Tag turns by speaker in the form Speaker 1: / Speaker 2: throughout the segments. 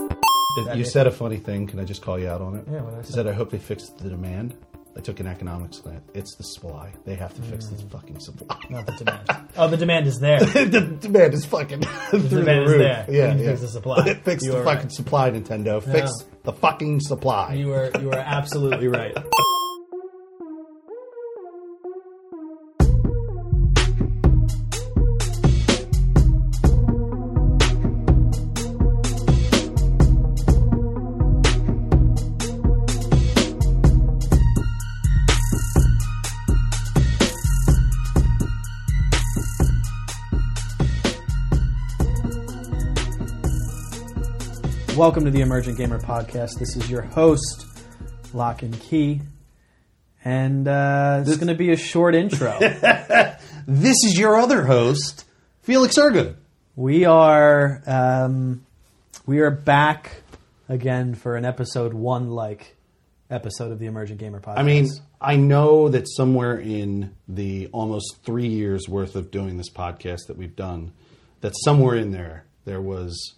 Speaker 1: It-
Speaker 2: That
Speaker 1: you
Speaker 2: is-
Speaker 1: said a funny thing. Can I just call you out on it?
Speaker 2: Yeah, what I
Speaker 1: You
Speaker 2: said.
Speaker 1: said I hope they fix the demand. I took an economics slant. It's the supply. They have to fix
Speaker 2: Mm.
Speaker 1: the fucking supply.
Speaker 2: Not the demand. Oh, the demand is there.
Speaker 1: the demand is fucking through
Speaker 2: demand
Speaker 1: the
Speaker 2: is
Speaker 1: roof.
Speaker 2: there. We
Speaker 1: Yeah,
Speaker 2: can
Speaker 1: yeah.
Speaker 2: fix the supply.
Speaker 1: fix
Speaker 2: You
Speaker 1: the
Speaker 2: are
Speaker 1: fucking
Speaker 2: right.
Speaker 1: supply, Nintendo. Fix the fucking supply.
Speaker 2: You are you are absolutely right. Welcome to the Emergent Gamer Podcast. This is your host, Lock and Key. And uh, this is going to be a short intro.
Speaker 1: this is your other host, Felix Ergo.
Speaker 2: we are um, we are back again for an episode one like episode of the Emergent Gamer Podcast.
Speaker 1: I mean, I know that somewhere in the almost three years worth of doing this podcast that we've done, that somewhere in there there was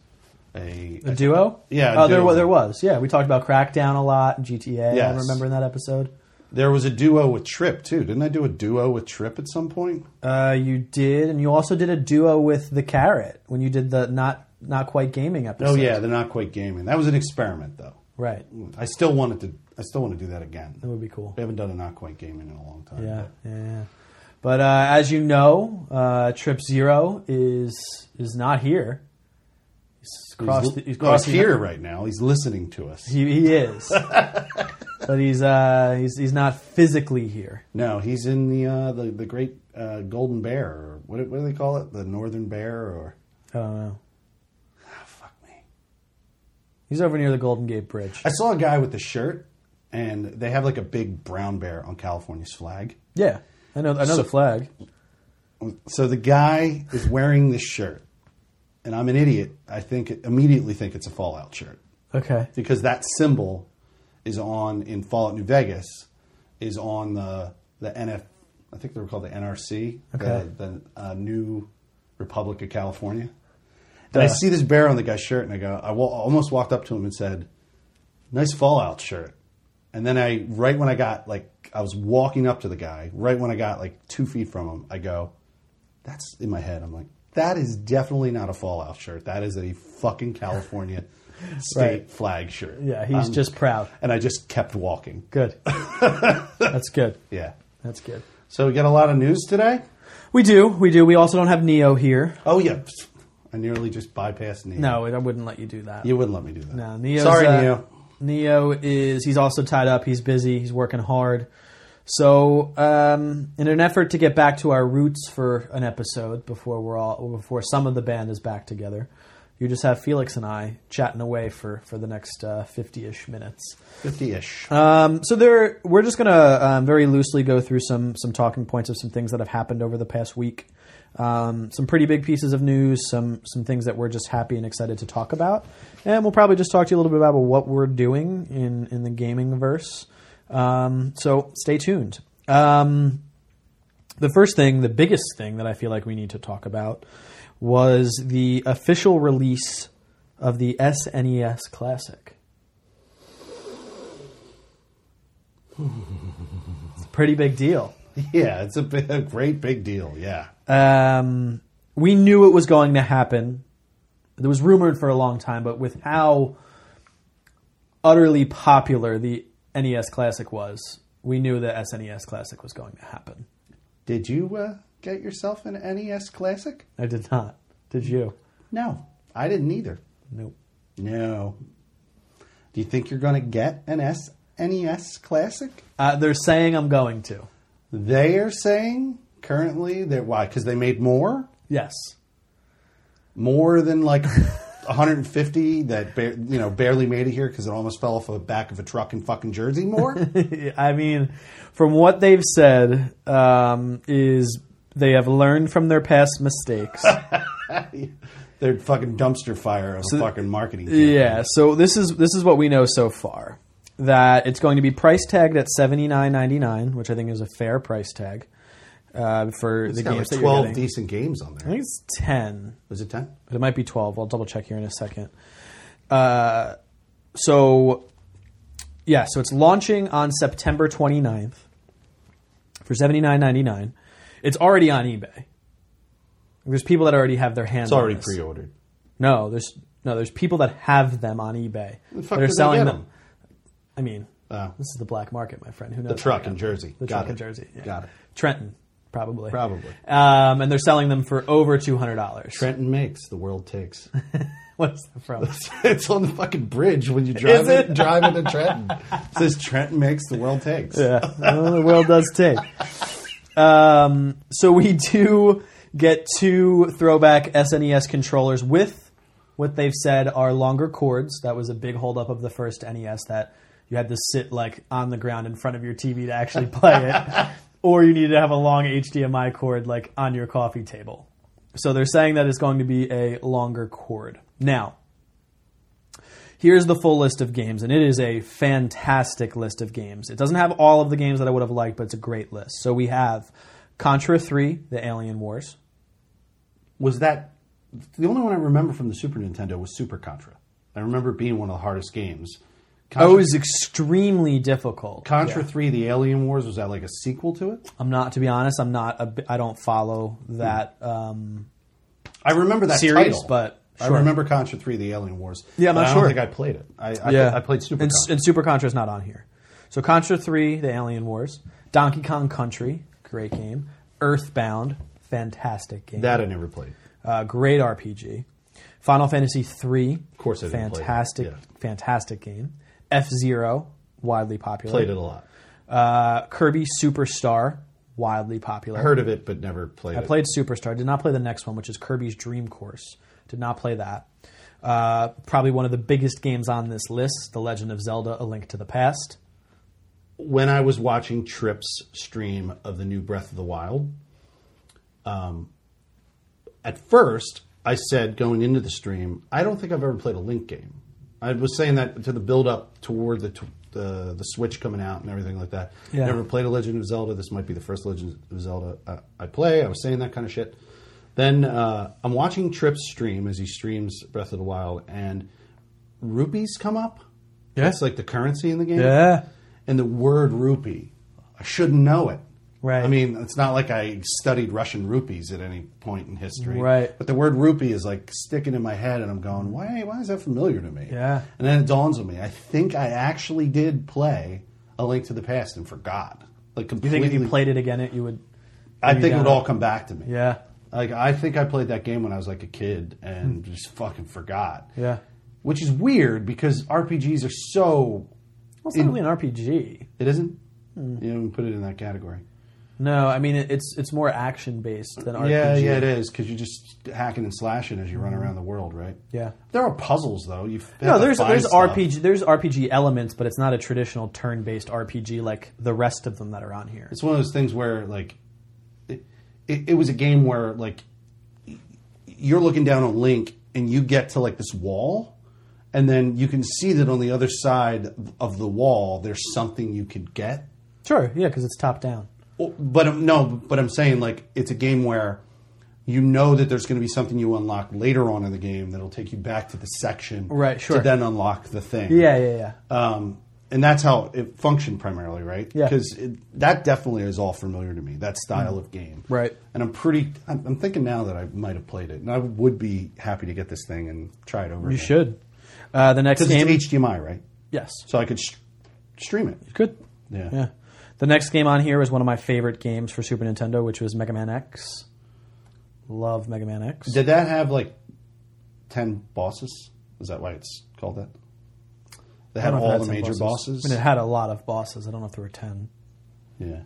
Speaker 1: a,
Speaker 2: a duo.
Speaker 1: Yeah, a
Speaker 2: oh, there
Speaker 1: duo.
Speaker 2: was there was. Yeah, we talked about Crackdown a lot, GTA.
Speaker 1: Yes.
Speaker 2: I remember in that episode.
Speaker 1: there was a duo with Trip too. Didn't I do a duo with Trip at some point?
Speaker 2: Uh, you did, and you also did a duo with the Carrot when you did the not not quite gaming
Speaker 1: Oh
Speaker 2: episode.
Speaker 1: yeah, they're not quite gaming. That was an experiment though.
Speaker 2: right.
Speaker 1: I still wanted to. I still want to do that again.
Speaker 2: That would be cool.
Speaker 1: We haven't done a not quite gaming in a long time.
Speaker 2: Yeah,
Speaker 1: but-
Speaker 2: yeah, yeah. But uh, as you know, uh, Trip Zero is is not here. He's crossed.
Speaker 1: he's, oh,
Speaker 2: He's,
Speaker 1: he's,
Speaker 2: crossed the-
Speaker 1: here right now. He's listening to us.
Speaker 2: He, he is, but he's uh, he's he's not physically here.
Speaker 1: no, he's in the uh, the the great uh, golden bear, or what, what do they call it? The northern bear, or
Speaker 2: I don't know.
Speaker 1: Ah, fuck me.
Speaker 2: He's over near the Golden Gate Bridge.
Speaker 1: I saw a guy with the shirt, and they have like a big brown bear on California's flag.
Speaker 2: Yeah, I know. I know the flag.
Speaker 1: So the guy is wearing this shirt, and I'm an idiot. I think immediately think it's a Fallout shirt.
Speaker 2: Okay.
Speaker 1: because that symbol is on in Fallout New Vegas is on the the NF I think they were called the NRC
Speaker 2: Okay.
Speaker 1: the, the uh, New Republic of California. And I
Speaker 2: Duh.
Speaker 1: see this bear on the guy's shirt, and I go, I wa- almost walked up to him and said, "Nice Fallout shirt." And then I, right when I got like, I was walking up to the guy, right when I got like two feet from him, I go, "That's in my head." I'm like, "That is definitely not a Fallout shirt. That is a fucking California state
Speaker 2: Right.
Speaker 1: flag shirt."
Speaker 2: Yeah, he's
Speaker 1: Um,
Speaker 2: just proud.
Speaker 1: and I just kept walking.
Speaker 2: Good. That's good.
Speaker 1: Yeah.
Speaker 2: That's good.
Speaker 1: So we got a lot of news today.
Speaker 2: We do. We do. We also don't have Neo here.
Speaker 1: Oh yeah, I nearly just bypassed Neo.
Speaker 2: No, I wouldn't let you do that.
Speaker 1: you wouldn't let me do that.
Speaker 2: No, Neo's,
Speaker 1: Sorry,
Speaker 2: uh,
Speaker 1: Neo.
Speaker 2: Neo is he's also tied up. He's busy. He's working hard. So, um, in an effort to get back to our roots for an episode before we're all before some of the band is back together, you just have Felix and I chatting away for for the next uh, fifty-ish minutes.
Speaker 1: Fifty-ish.
Speaker 2: Um, so there, we're just gonna um, very loosely go through some some talking points of some things that have happened over the past week. Um, some pretty big pieces of news, some some things that we're just happy and excited to talk about, and we'll probably just talk to you a little bit about what we're doing in in the gaming verse. Um, so stay tuned. Um, the first thing, the biggest thing that I feel like we need to talk about was the official release of the SNES Classic. It's a pretty big deal.
Speaker 1: yeah, it's a, bi- a great big deal. Yeah.
Speaker 2: Um, we knew it was going to happen. It was rumored for a long time, but with how utterly popular the NES Classic was, we knew the SNES E Classic was going to happen.
Speaker 1: Did you uh, get yourself an NES Classic?
Speaker 2: I did not. Did you?
Speaker 1: No, I didn't either.
Speaker 2: Nope.
Speaker 1: No. Do you think you're going to get an S- NES Classic?
Speaker 2: Uh, they're saying I'm going to.
Speaker 1: They are saying currently that why? Because they made more,
Speaker 2: Yes.
Speaker 1: more than like 150 that ba- you know barely made it here because it almost fell off the back of a truck in fucking Jersey. More.
Speaker 2: I mean, from what they've said, um, is they have learned from their past mistakes.
Speaker 1: They're fucking dumpster fire of a fucking marketing. campaign.
Speaker 2: Yeah, so this is this is what we know so far. That it's going to be price tagged at seventy nine ninety nine, which I think is a fair price tag uh, for the
Speaker 1: It's got
Speaker 2: games
Speaker 1: like
Speaker 2: that
Speaker 1: 12
Speaker 2: you're getting.
Speaker 1: decent games on
Speaker 2: I
Speaker 1: there.
Speaker 2: think it's ten,
Speaker 1: Was it 10?
Speaker 2: but it might be twelve. I'll double check here in a second. Uh, so yeah, so it's launching on September 29th for 79.99. It's already on eBay. There's people that already have their hands.
Speaker 1: It's already
Speaker 2: on this.
Speaker 1: pre-ordered.
Speaker 2: No, there's no, there's people that have them on eBay.
Speaker 1: The fuck
Speaker 2: that are
Speaker 1: did they
Speaker 2: selling
Speaker 1: get
Speaker 2: them. I mean,
Speaker 1: Oh.
Speaker 2: this is the black market, my friend. Who knows?
Speaker 1: The truck in Jersey.
Speaker 2: The
Speaker 1: Got
Speaker 2: truck
Speaker 1: it.
Speaker 2: in Jersey. yeah.
Speaker 1: Got it.
Speaker 2: Trenton, probably.
Speaker 1: Probably.
Speaker 2: Um, and they're selling them for over two hundred dollars.
Speaker 1: Trenton makes the world takes.
Speaker 2: What's that from?
Speaker 1: it's on the fucking bridge when you drive
Speaker 2: Is
Speaker 1: it,
Speaker 2: it?
Speaker 1: drive into Trenton. It says Trenton makes the world takes.
Speaker 2: yeah, well, the world does take. Um, so we do get two throwback SNES controllers with what they've said are longer cords. That was a big holdup of the first NES that you had to sit like on the ground in front of your TV to actually play it, or you needed to have a long HDMI cord like on your coffee table. So they're saying that it's going to be a longer cord. Now, here's the full list of games, and it is a fantastic list of games. It doesn't have all of the games that I would have liked, but it's a great list. So we have Contra 3, The Alien Wars.
Speaker 1: Was that the only one I remember from the Super Nintendo was Super Contra. I remember it being one of the hardest games. Contra,
Speaker 2: Oh, is extremely difficult.
Speaker 1: Contra 3 The Alien Wars was that like a sequel to it?
Speaker 2: I'm not, to be honest, I'm not, a bi- I don't follow that. Um,
Speaker 1: I remember Hmm. that
Speaker 2: Series,
Speaker 1: title,
Speaker 2: but
Speaker 1: I
Speaker 2: sure.
Speaker 1: remember Contra 3 The Alien Wars.
Speaker 2: Yeah, I'm
Speaker 1: but
Speaker 2: not
Speaker 1: I don't
Speaker 2: sure.
Speaker 1: think I played it. I I, I played Super
Speaker 2: and,
Speaker 1: Contra.
Speaker 2: and Super Contra's not on here. So Contra 3, The Alien Wars. Donkey Kong Country, great game. Earthbound, fantastic game.
Speaker 1: that I never played.
Speaker 2: Uh, great RPG. Final Fantasy III, of
Speaker 1: course I didn't play that,
Speaker 2: fantastic,
Speaker 1: yeah.
Speaker 2: fantastic game. F Zero, widely popular.
Speaker 1: Played it a lot.
Speaker 2: Uh, Kirby Superstar, wildly popular.
Speaker 1: Heard of it but never played
Speaker 2: I
Speaker 1: it.
Speaker 2: played Superstar. Did not play the next one, which is Kirby's Dream Course. Did not play that. Uh, probably one of the biggest games on this list: The Legend of Zelda: A Link to the Past.
Speaker 1: when I was watching Tripp's stream of the new Breath of the Wild, um, at first I said going into the stream, I don't think I've ever played a Link game. I was saying that to the build up toward the t- the, the Switch coming out and everything like that.
Speaker 2: Yeah.
Speaker 1: Never played a Legend of Zelda. This might be the first Legend of Zelda uh, I, I play. I was saying that kind of shit. Then uh, I'm watching Tripp's stream as he streams Breath of the Wild, and rupees come up.
Speaker 2: Yeah.
Speaker 1: It's like the currency in the game
Speaker 2: Yeah.
Speaker 1: and the word rupee. I shouldn't know it.
Speaker 2: Right.
Speaker 1: I mean, it's not like I studied Russian rupees at any point in history.
Speaker 2: Right.
Speaker 1: But the word rupee is like sticking in my head, and I'm going, why, why is that familiar to me?
Speaker 2: Yeah.
Speaker 1: And then it dawns on me. I think I actually did play A Link to the Past and forgot. Like
Speaker 2: You
Speaker 1: completely.
Speaker 2: think if you played it again, it you would?
Speaker 1: I think it
Speaker 2: down
Speaker 1: would
Speaker 2: on-
Speaker 1: all come back to me.
Speaker 2: Yeah.
Speaker 1: Like, I think I played that game when I was like a kid and just fucking forgot.
Speaker 2: Hmm. Yeah.
Speaker 1: Which is weird because RPGs are so.
Speaker 2: Well, it's not really an RPG.
Speaker 1: It isn't? You don't put it in that category.
Speaker 2: No, I mean it, it's it's more action based than RPG.
Speaker 1: Yeah, yeah, it is because you're just hacking and slashing as you run around the world, right?
Speaker 2: Yeah.
Speaker 1: There are puzzles though. You have
Speaker 2: No,
Speaker 1: to
Speaker 2: there's
Speaker 1: find
Speaker 2: there's
Speaker 1: stuff.
Speaker 2: RPG there's RPG elements, but it's not a traditional turn based RPG like the rest of them that are on here.
Speaker 1: It's one of those things where like, it, it, it was a game where like, y- you're looking down on Link and you get to like this wall, and then you can see that on the other side of the wall there's something you could get.
Speaker 2: Sure, yeah, because it's top down.
Speaker 1: Well, But um, no, but I'm saying like it's a game where you know that there's going to be something you unlock later on in the game that'll take you back to the section,
Speaker 2: Right, sure.
Speaker 1: To then unlock the thing,
Speaker 2: Yeah, yeah, yeah.
Speaker 1: Um, and that's how it functioned primarily, right?
Speaker 2: Yeah. Mm-hmm.
Speaker 1: Because that definitely is all familiar to me. That style of game,
Speaker 2: Right.
Speaker 1: And I'm pretty. I'm, I'm thinking now that I might have played it, and I would be happy to get this thing and try it over.
Speaker 2: You should. Uh, the next game,
Speaker 1: Because it's HDMI, right?
Speaker 2: yes,
Speaker 1: So I could sh- stream it.
Speaker 2: good.
Speaker 1: Yeah.
Speaker 2: Yeah, the next game on here is one of my favorite games for Super Nintendo, which was Mega Man X. Love Mega Man X.
Speaker 1: Did that have like ten bosses? Is that why it's called that? They
Speaker 2: I
Speaker 1: had
Speaker 2: don't know if it
Speaker 1: all the
Speaker 2: some
Speaker 1: major bosses.
Speaker 2: I mean, it had a lot of bosses. I don't know if there were ten.
Speaker 1: yeah.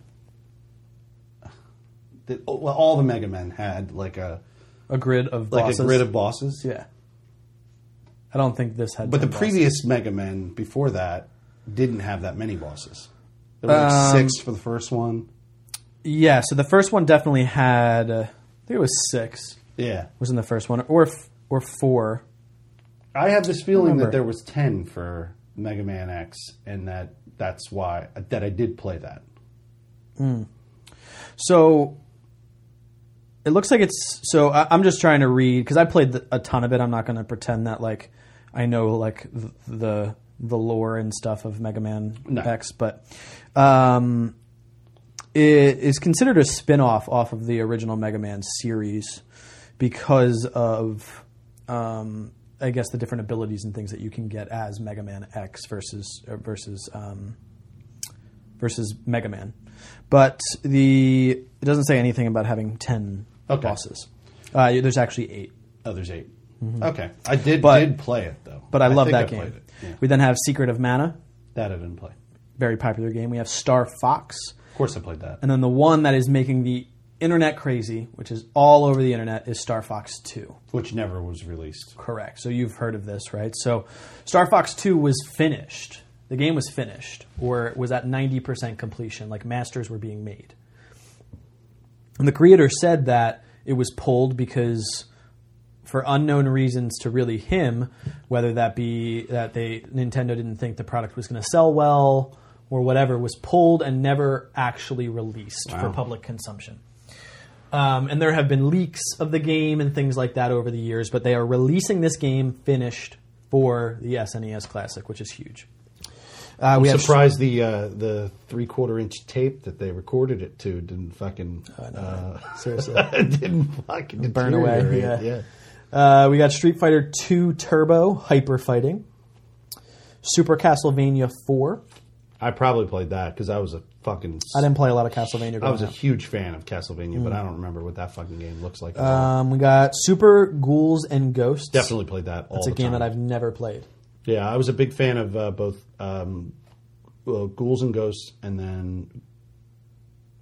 Speaker 1: Did, oh, well, all the Mega Men had like a
Speaker 2: A grid of
Speaker 1: like
Speaker 2: bosses.
Speaker 1: a grid of bosses.
Speaker 2: yeah. I don't think this had.
Speaker 1: But the
Speaker 2: 10 bosses.
Speaker 1: previous Mega Men before that didn't have that many bosses. There were like
Speaker 2: Um,
Speaker 1: six for the first one.
Speaker 2: Yeah, so the first one definitely had. Uh, I think it was six.
Speaker 1: Yeah,
Speaker 2: Was in the first one, or f- or four.
Speaker 1: I have this feeling
Speaker 2: Remember.
Speaker 1: that there was ten for Mega Man X, and that that's why that I did play that.
Speaker 2: So it looks like it's. So I, I'm just trying to read because I played the, a ton of it. I'm not going to pretend that like I know like the, the the lore and stuff of Mega Man
Speaker 1: No.
Speaker 2: X, but um, it is considered a spin-off off of the original Mega Man series because of um, I guess the different abilities and things that you can get as Mega Man X versus uh, versus um, versus Mega Man. But the it doesn't say anything about having ten
Speaker 1: Okay.
Speaker 2: bosses. Uh, there's actually eight.
Speaker 1: Oh, there's 8 Okay, I did
Speaker 2: Mm-hmm. But-
Speaker 1: did play it though.
Speaker 2: But I love
Speaker 1: think
Speaker 2: that
Speaker 1: played
Speaker 2: game.
Speaker 1: it. Yeah.
Speaker 2: We then have Secret of Mana,
Speaker 1: That I didn't play.
Speaker 2: very popular game. We have Star Fox,
Speaker 1: Of course, I played that.
Speaker 2: And then the one that is making the internet crazy, which is all over the internet, is Star Fox 2.
Speaker 1: which never was released.
Speaker 2: Correct. So you've heard of this, right? So Star Fox 2 was finished. The game was finished, or it was at 90% completion, like masters were being made. And the creator said that it was pulled because for unknown reasons to really him, whether that be that they Nintendo didn't think the product was going to sell well or whatever, was pulled and never actually released for public consumption. Um, and there have been leaks of the game and things like that over the years, but they are releasing this game finished for the SNES Classic, which is huge. Uh, we have
Speaker 1: Surprised the uh, the three quarter inch tape that they recorded it to didn't fucking uh,
Speaker 2: seriously.
Speaker 1: didn't fucking
Speaker 2: Oh, Burn away,
Speaker 1: deteriorate.
Speaker 2: yeah. Uh, we got Street Fighter 2 Turbo Hyper Fighting, Super Castlevania 4.
Speaker 1: I probably played that because I was a fucking
Speaker 2: I Mm. didn't play a lot of Castlevania.
Speaker 1: I was a
Speaker 2: growing up.
Speaker 1: huge fan of Castlevania, but I don't remember what that fucking game looks like.
Speaker 2: Um, we got Super Ghouls and Ghosts.
Speaker 1: Definitely played that. All
Speaker 2: It's a game that I've never played.
Speaker 1: Yeah, I was a big fan of uh, both um, well, Ghouls and Ghosts, and then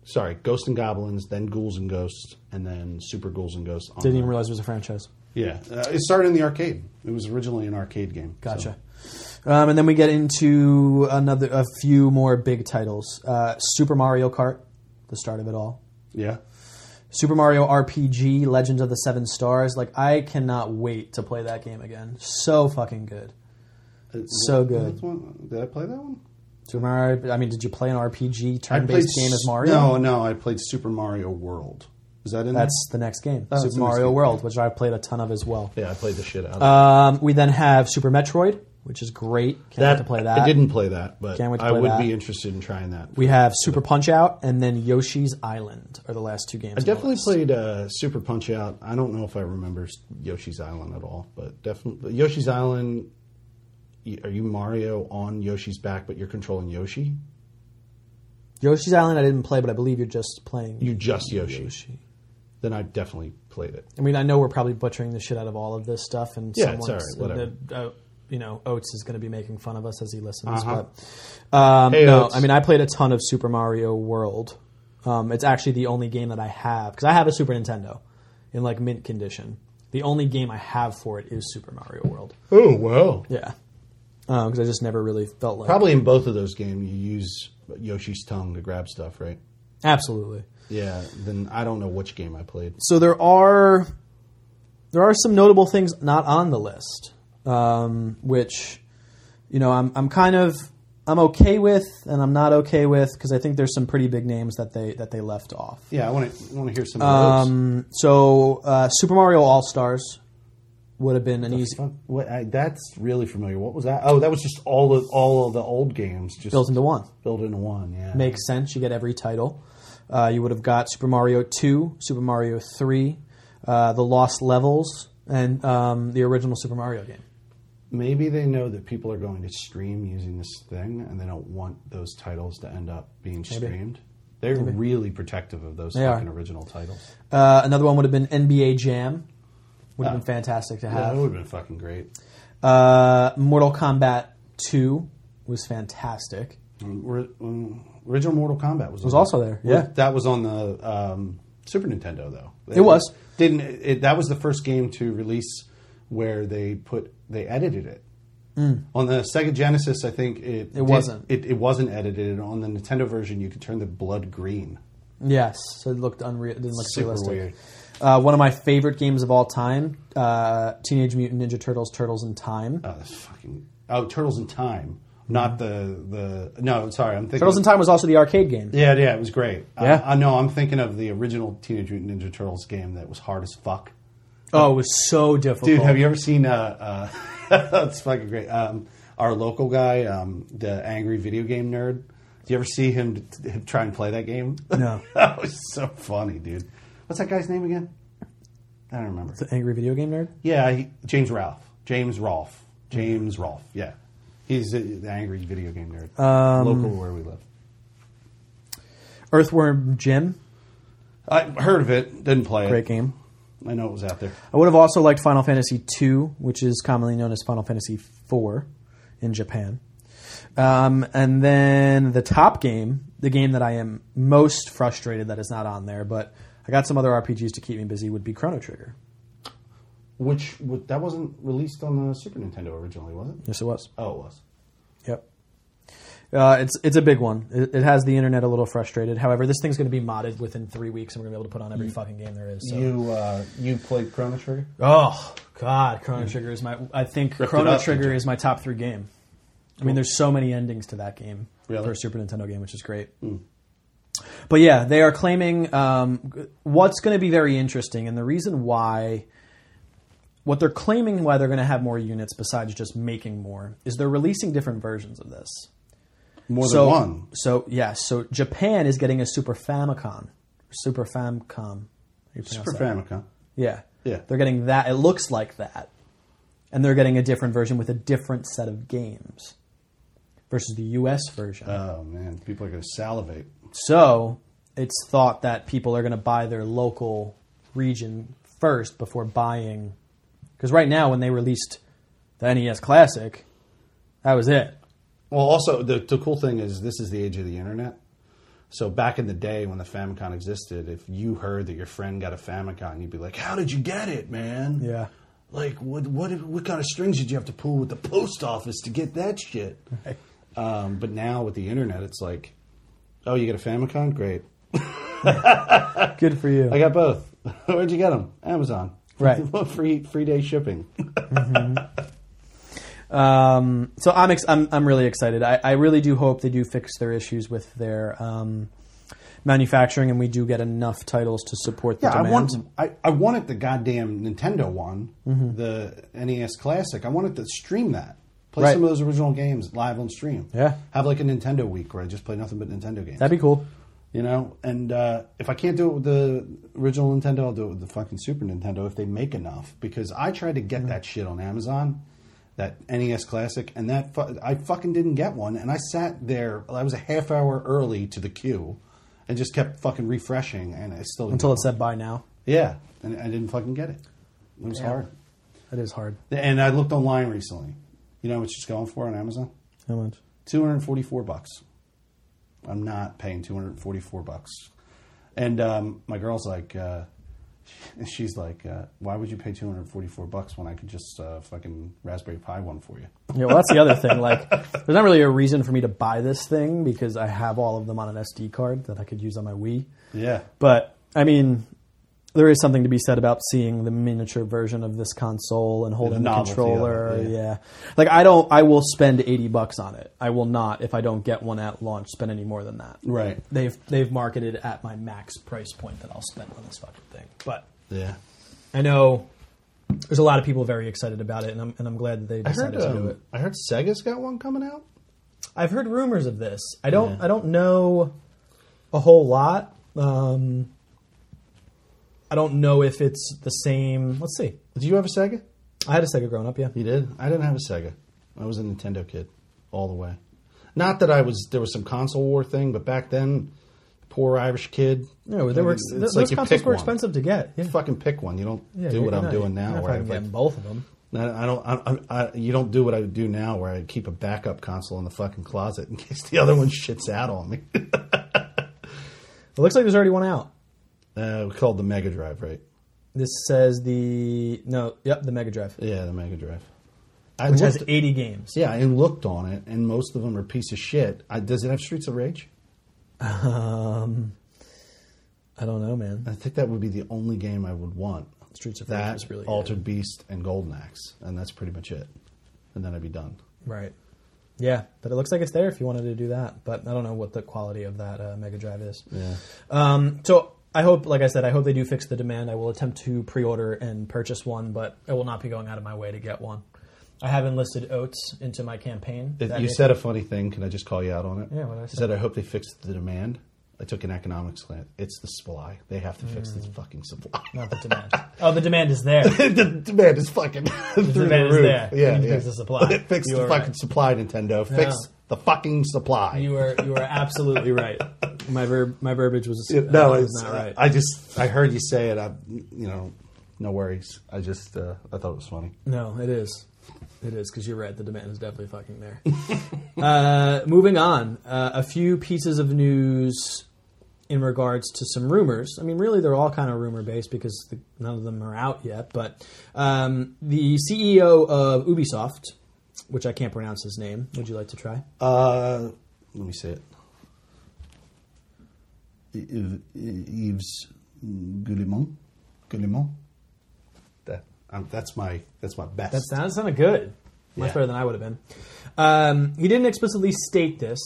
Speaker 1: sorry, Ghosts and Goblins, then Ghouls and Ghosts, and then Super Ghouls and Ghosts. On
Speaker 2: Didn't even realize it was a franchise.
Speaker 1: Yeah, uh, it started in the arcade. It was originally an arcade game.
Speaker 2: Gotcha. Um, and then we get into another a few more big titles. Uh, Super Mario Kart, the start of it all.
Speaker 1: yeah,
Speaker 2: Super Mario RPG, Legends of the Seven Stars. Like I cannot wait to play that game again. So fucking good. So good.
Speaker 1: Did I play that one?
Speaker 2: Super Mario. I mean, did you play an RPG
Speaker 1: I played
Speaker 2: turn-based game as
Speaker 1: S-
Speaker 2: Mario?
Speaker 1: No, no, I played Super Mario World. Is that in?
Speaker 2: That's the next game,
Speaker 1: that's
Speaker 2: Super
Speaker 1: the next
Speaker 2: Mario
Speaker 1: game.
Speaker 2: World, which I played a ton of as well.
Speaker 1: there? Uh, Yeah, I played the shit out. of
Speaker 2: Um, we then have Super Metroid, which is great. Can't wait
Speaker 1: that.
Speaker 2: to play that.
Speaker 1: I didn't play that, but
Speaker 2: Can't wait to
Speaker 1: I
Speaker 2: play
Speaker 1: would
Speaker 2: that.
Speaker 1: be interested in trying that.
Speaker 2: We have Super Punch Out and then Yoshi's Island are the last two games. on the
Speaker 1: Definitely
Speaker 2: list.
Speaker 1: played uh, Super Punch Out. I don't know if I remember s- Yoshi's Island at all, but definitely Yoshi's Island. y- Are you Mario on Yoshi's back, but you're controlling Yoshi?
Speaker 2: Yoshi's Island. I didn't play, but I believe you're just playing
Speaker 1: You just Yoshi.
Speaker 2: Yoshi.
Speaker 1: Then I definitely played it.
Speaker 2: I mean, I know we're probably butchering the shit out of all of this stuff, and
Speaker 1: Yeah, it's
Speaker 2: someone's-
Speaker 1: all right, whatever.
Speaker 2: the- uh, you know, Oates is going to be making fun of us as he listens.
Speaker 1: Uh-huh.
Speaker 2: But um,
Speaker 1: Hey,
Speaker 2: no,
Speaker 1: Oates.
Speaker 2: I mean, I played a ton of Super Mario World. Um, it's actually the only game that I have because I have a Super Nintendo in like mint condition. The only game I have for it is Super Mario World.
Speaker 1: Oh wow!
Speaker 2: Yeah, because I just never really felt like
Speaker 1: Probably in both of those games, you use Yoshi's tongue to grab stuff, right?
Speaker 2: absolutely.
Speaker 1: Yeah. Then I don't know which game I played.
Speaker 2: so there are there are some notable things not on the list, um, which you know I'm I'm kind of I'm okay with and I'm not okay with because I think there's some pretty big names that they that they left off.
Speaker 1: Yeah, I want to want to hear some. Of those.
Speaker 2: Um, so uh, Super Mario All Stars would have been an easy
Speaker 1: Fuck, what, I, that's really familiar. What was that? Oh, that was just all of all of the old games just
Speaker 2: built into one.
Speaker 1: built into one. Yeah.
Speaker 2: Makes sense. You get every title. Uh, you would have got Super Mario 2, Super Mario 3, uh, The Lost Levels, and um, the original Super Mario game.
Speaker 1: Maybe they know that people are going to stream using this thing, and they don't want those titles to end up being streamed. They're really protective of those fucking
Speaker 2: are.
Speaker 1: original titles.
Speaker 2: Uh, another one would have been NBA Jam. Would have been fantastic to
Speaker 1: Yeah, that
Speaker 2: have.
Speaker 1: would have been fucking great.
Speaker 2: Uh, Mortal Kombat 2 was fantastic.
Speaker 1: Um, ri- um, Original Mortal Kombat was was
Speaker 2: also there, yeah.
Speaker 1: that was on the um, Super Nintendo though.
Speaker 2: It was.
Speaker 1: didn't it, that was the first game to release where they put they edited it on the Sega Genesis. I think it it
Speaker 2: Hmm. wasn't.
Speaker 1: it, it wasn't edited on the Nintendo version. You could turn the blood green.
Speaker 2: Yes, so it looked unreal. It didn't look
Speaker 1: Super
Speaker 2: realistic.
Speaker 1: weird.
Speaker 2: Uh, one of my favorite games of all time: uh, Teenage Mutant Ninja Turtles: Turtles in Time.
Speaker 1: Oh, that's fucking oh Turtles in Time, not the the no. Sorry, I'm thinking
Speaker 2: Turtles in Time was also the arcade game.
Speaker 1: Yeah, yeah, it was great.
Speaker 2: Yeah.
Speaker 1: I, I know. I'm thinking of the original Teenage Mutant Ninja Turtles game that was hard as fuck.
Speaker 2: Oh, it was so difficult.
Speaker 1: Dude, have you ever seen? Uh, uh, that's fucking great. Um, our local guy, um, the angry video game nerd. Do you ever see him, him try and play that game?
Speaker 2: No.
Speaker 1: that was so funny, dude. What's that guy's name again? I don't remember.
Speaker 2: The angry video game nerd.
Speaker 1: Yeah, he, James Ralph. James Rolfe. James Rolfe. Yeah, he's uh, the angry video game nerd. local where we live.
Speaker 2: Earthworm Jim.
Speaker 1: I heard of it. Didn't play
Speaker 2: Great
Speaker 1: it.
Speaker 2: game.
Speaker 1: I know it was out there.
Speaker 2: I would have also liked Final Fantasy II, which is commonly known as Final Fantasy IV in Japan. Um, and then the top game, the game that I am most frustrated that is not on there, but I got some other RPGs to keep me busy, would be Chrono Trigger.
Speaker 1: Which w- that wasn't released on the Super Nintendo originally, was it?
Speaker 2: Yes, it was.
Speaker 1: Oh, it was.
Speaker 2: Yep. Uh, it's it's a big one. It, it has the internet a little frustrated. However, this thing's going to be modded within three weeks, and we're going to be able to put on every fucking game there is. So.
Speaker 1: You uh, you played Chrono Trigger?
Speaker 2: Oh God, Chrono Trigger is my. I think
Speaker 1: Hmm. Ripped it
Speaker 2: Chrono
Speaker 1: up, did
Speaker 2: Trigger is my top three game. I mean, there's so many endings to that game
Speaker 1: Really? Hmm.
Speaker 2: for a Super Nintendo game, which is great. But yeah, they are claiming um, g- what's going to be very interesting, and the reason why. What they're claiming why they're going to have more units besides just making more is they're releasing different versions of this.
Speaker 1: More
Speaker 2: so
Speaker 1: than Oh, one.
Speaker 2: So yeah, so Japan is getting a Super Famicom, Super Famcom. How do you pronounce
Speaker 1: Super
Speaker 2: that?
Speaker 1: Famicom.
Speaker 2: Yeah.
Speaker 1: Yeah.
Speaker 2: They're getting that. It looks like that. And they're getting a different version with a different set of games versus the US version.
Speaker 1: Oh man, people are going to salivate.
Speaker 2: so it's thought that people are going to buy their local region first before buying. Because right now, when they released the NES Classic, that was it.
Speaker 1: Well, also the, the cool thing is this is the age of the internet. So back in the day when the Famicom existed, if you heard that your friend got a Famicom, you'd be like, "How did you get it, man?
Speaker 2: Yeah.
Speaker 1: Like what what what kind of strings did you have to pull with the post office to get that shit?" Um, but now with the internet, it's like, "Oh, you get a Famicom? Great!
Speaker 2: Good for you.
Speaker 1: I got both. Where'd you get them? Amazon.
Speaker 2: Right.
Speaker 1: free free day shipping.
Speaker 2: Um, so I'm, ex- I'm I'm really excited. I, I really do hope they do fix their issues with their um, manufacturing, and we do get enough titles to support the
Speaker 1: Yeah,
Speaker 2: demand.
Speaker 1: I want I, I wanted the goddamn Nintendo one,
Speaker 2: Mm-hmm.
Speaker 1: the NES Classic. I wanted to stream that. Play
Speaker 2: Right.
Speaker 1: some of those original games live on stream.
Speaker 2: Yeah.
Speaker 1: Have like a Nintendo week where I just play nothing but Nintendo games.
Speaker 2: That'd be cool.
Speaker 1: you know, and uh, if I can't do it with the original Nintendo, I'll do it with the fucking Super Nintendo if they make enough. Because I tried to get
Speaker 2: Mm-hmm.
Speaker 1: that shit on Amazon, that NES Classic, and that fu- I fucking didn't get one. And I sat there. I was a half hour early to the queue, and just kept fucking refreshing, and I still didn't
Speaker 2: Until
Speaker 1: get
Speaker 2: it said buy now,
Speaker 1: yeah, and I didn't fucking get it. It was hard.
Speaker 2: that is hard.
Speaker 1: And I looked online recently. You know what it's going for on Amazon?
Speaker 2: How much?
Speaker 1: Two hundred forty-four bucks. I'm not paying two hundred forty-four bucks. And um, my girl's like, uh, she's like, uh, why would you pay two hundred forty-four bucks when I could just uh, fucking Raspberry Pi one for you?
Speaker 2: Yeah, well, that's the other thing. Like, there's not really a reason for me to buy this thing because I have all of them on an SD card that I could use on my Wii.
Speaker 1: Yeah,
Speaker 2: But I mean, there is something to be said about seeing the miniature version of this console and holding
Speaker 1: The
Speaker 2: the,
Speaker 1: novelty of it,
Speaker 2: controller.
Speaker 1: yeah.
Speaker 2: yeah. like I don't. I will spend eighty bucks on it. I will not, if I don't get one at launch, spend any more than that.
Speaker 1: right.
Speaker 2: They've they've marketed at my max price point that I'll spend on this fucking thing. But
Speaker 1: Yeah.
Speaker 2: I know there's a lot of people very excited about it, and I'm and I'm glad that they
Speaker 1: I
Speaker 2: decided
Speaker 1: heard.
Speaker 2: to do it.
Speaker 1: Um, I heard Sega's got one coming out.
Speaker 2: I've heard rumors of this. I don't.
Speaker 1: Yeah.
Speaker 2: I don't know a whole lot. Um, I don't know if it's the same. Let's see.
Speaker 1: Did you have a Sega?
Speaker 2: I had a Sega growing up. Yeah.
Speaker 1: You did? I didn't have a Sega. I was a Nintendo kid all the way. Not that I was. There was some console war thing, but back then, poor Irish kid.
Speaker 2: No, they were. Ex-
Speaker 1: It's
Speaker 2: those
Speaker 1: like you
Speaker 2: consoles
Speaker 1: pick
Speaker 2: were
Speaker 1: one.
Speaker 2: expensive to get. Yeah.
Speaker 1: You fucking pick one. You don't
Speaker 2: Yeah,
Speaker 1: do
Speaker 2: you're
Speaker 1: what I'm
Speaker 2: not-
Speaker 1: doing
Speaker 2: you're
Speaker 1: now,
Speaker 2: not
Speaker 1: where I
Speaker 2: fucking
Speaker 1: like.
Speaker 2: getting both of them.
Speaker 1: I I don't. I, I, I, you don't do what I do now, where I keep a backup console in the fucking closet in case the other one shits out on me.
Speaker 2: It looks like there's already one out.
Speaker 1: uh, we called the Mega Drive, right?
Speaker 2: This says the no. Yep, the Mega Drive,
Speaker 1: Yeah, the Mega Drive. I
Speaker 2: which has
Speaker 1: looked,
Speaker 2: 80 games.
Speaker 1: yeah, I looked on it, and most of them are piece of shit. I, does it have Streets of Rage?
Speaker 2: Um, I don't know, man.
Speaker 1: I think that would be the only game I would want.
Speaker 2: Streets of Rage
Speaker 1: that,
Speaker 2: was really good.
Speaker 1: Altered Beast, and Golden Axe, and that's pretty much it. And then I'd be done.
Speaker 2: Right. Yeah, but it looks like it's there if you wanted to do that. But I don't know what the quality of that uh, Mega Drive is.
Speaker 1: Yeah.
Speaker 2: Um, so I hope, like I said, I hope they do fix the demand. I will attempt to pre-order and purchase one, but I will not be going out of my way to get one. I haven't listed oats into my campaign.
Speaker 1: It-
Speaker 2: That
Speaker 1: you
Speaker 2: is-
Speaker 1: said a funny thing. Can I just call you out on it?
Speaker 2: Yeah, what did I say?
Speaker 1: said I hope they fix the demand. I took an economics slant. It's the supply. They have to fix the
Speaker 2: Mm.
Speaker 1: fucking supply.
Speaker 2: not the demand. oh, the demand is there.
Speaker 1: the demand is fucking through
Speaker 2: demand
Speaker 1: the
Speaker 2: is
Speaker 1: roof.
Speaker 2: there. You
Speaker 1: Yeah,
Speaker 2: need to
Speaker 1: yeah.
Speaker 2: fix the supply.
Speaker 1: fix
Speaker 2: You
Speaker 1: the
Speaker 2: are
Speaker 1: fucking
Speaker 2: right.
Speaker 1: supply, Nintendo. Fix
Speaker 2: No.
Speaker 1: the fucking supply.
Speaker 2: You were you were absolutely right. My verb my verbiage was
Speaker 1: Yeah,
Speaker 2: uh,
Speaker 1: no,
Speaker 2: was
Speaker 1: it's
Speaker 2: not right.
Speaker 1: I just I heard you say it. I, you know, no worries. I just uh, I thought it was funny.
Speaker 2: No, it is. It is because you're right. The demand is definitely fucking there. uh, moving on, uh, a few pieces of news in regards to some rumors. I mean, really, they're all kind of rumor based because the, none of them are out yet. But um, the CEO of Ubisoft, which I can't pronounce his name, would you like to try?
Speaker 1: Uh, let me say it. Y- Y- Yves Goulimont. Goulimont. That um, that's my that's my best.
Speaker 2: That sounded, sounded good. Much
Speaker 1: Yeah.
Speaker 2: better than I would have been. Um, he didn't explicitly state this,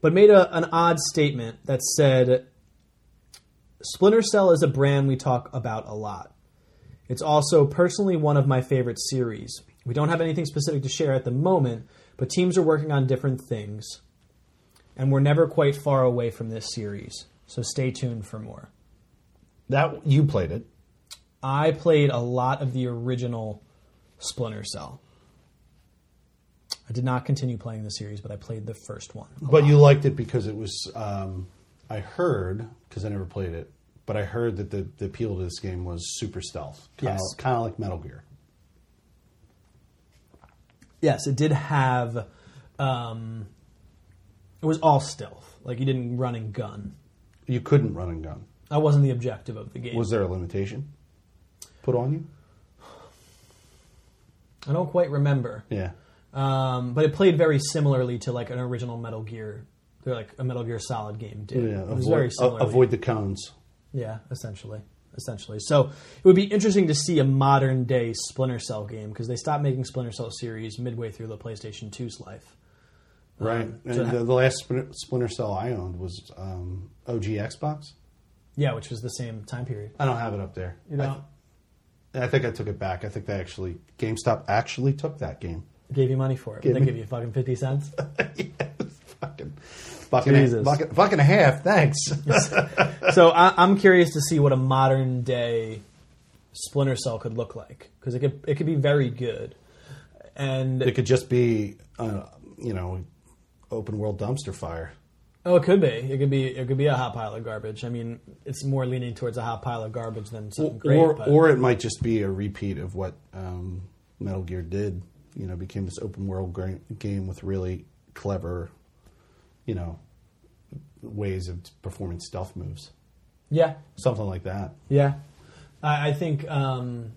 Speaker 2: but made a, an odd statement that said Splinter Cell is a brand we talk about a lot. It's also personally one of my favorite series. We don't have anything specific to share at the moment, but teams are working on different things, and we're never quite far away from this series. So stay tuned for more.
Speaker 1: that you played it.
Speaker 2: I played a lot of the original Splinter Cell. I did not continue playing the series, but I played the first one.
Speaker 1: But you liked it because it was. Um, I heard because I never played it, but I heard that the, the appeal to this game was super stealth. Kinda,
Speaker 2: Yes.
Speaker 1: kind of like Metal Gear.
Speaker 2: Yes, it did have. Um, it was all stealth. Like you didn't run and gun.
Speaker 1: You couldn't run and gun.
Speaker 2: That wasn't the objective of the game.
Speaker 1: Was there a limitation put on you?
Speaker 2: I don't quite remember.
Speaker 1: Yeah.
Speaker 2: Um, but it played very similarly to like an original Metal Gear, to, like a Metal Gear Solid game did.
Speaker 1: Yeah.
Speaker 2: it
Speaker 1: Avoid,
Speaker 2: was very
Speaker 1: uh,
Speaker 2: similar.
Speaker 1: avoid the cones.
Speaker 2: Yeah, essentially. Essentially. So it would be interesting to see a modern day Splinter Cell game because they stopped making Splinter Cell series midway through the PlayStation 2's life.
Speaker 1: Right. and
Speaker 2: Um, so-
Speaker 1: the, the last Splinter- Splinter Cell I owned was um, OG Xbox.
Speaker 2: Yeah, which was the same time period.
Speaker 1: I don't have it up there.
Speaker 2: You know,
Speaker 1: I, I think I took it back. I think they actually GameStop actually took that game.
Speaker 2: gave you money for it. But they
Speaker 1: me-
Speaker 2: give you fucking 50 cents.
Speaker 1: Fucking, fucking, a,
Speaker 2: Jesus.
Speaker 1: fucking, fucking a half. Thanks.
Speaker 2: so I, I'm curious to see what a modern day Splinter Cell could look like because it could, it could be very good. And
Speaker 1: it could just be, uh, you know, open world dumpster fire.
Speaker 2: Oh, it could be. It could be. It could be a hot pile of garbage. I mean, it's more leaning towards a hot pile of garbage than something great.
Speaker 1: or
Speaker 2: but-
Speaker 1: or it might just be a repeat of what um, Metal Gear did. You know, became this open world gra- game with really clever, you know, ways of performing stealth moves,
Speaker 2: yeah,
Speaker 1: something like that.
Speaker 2: Yeah, I, I think um,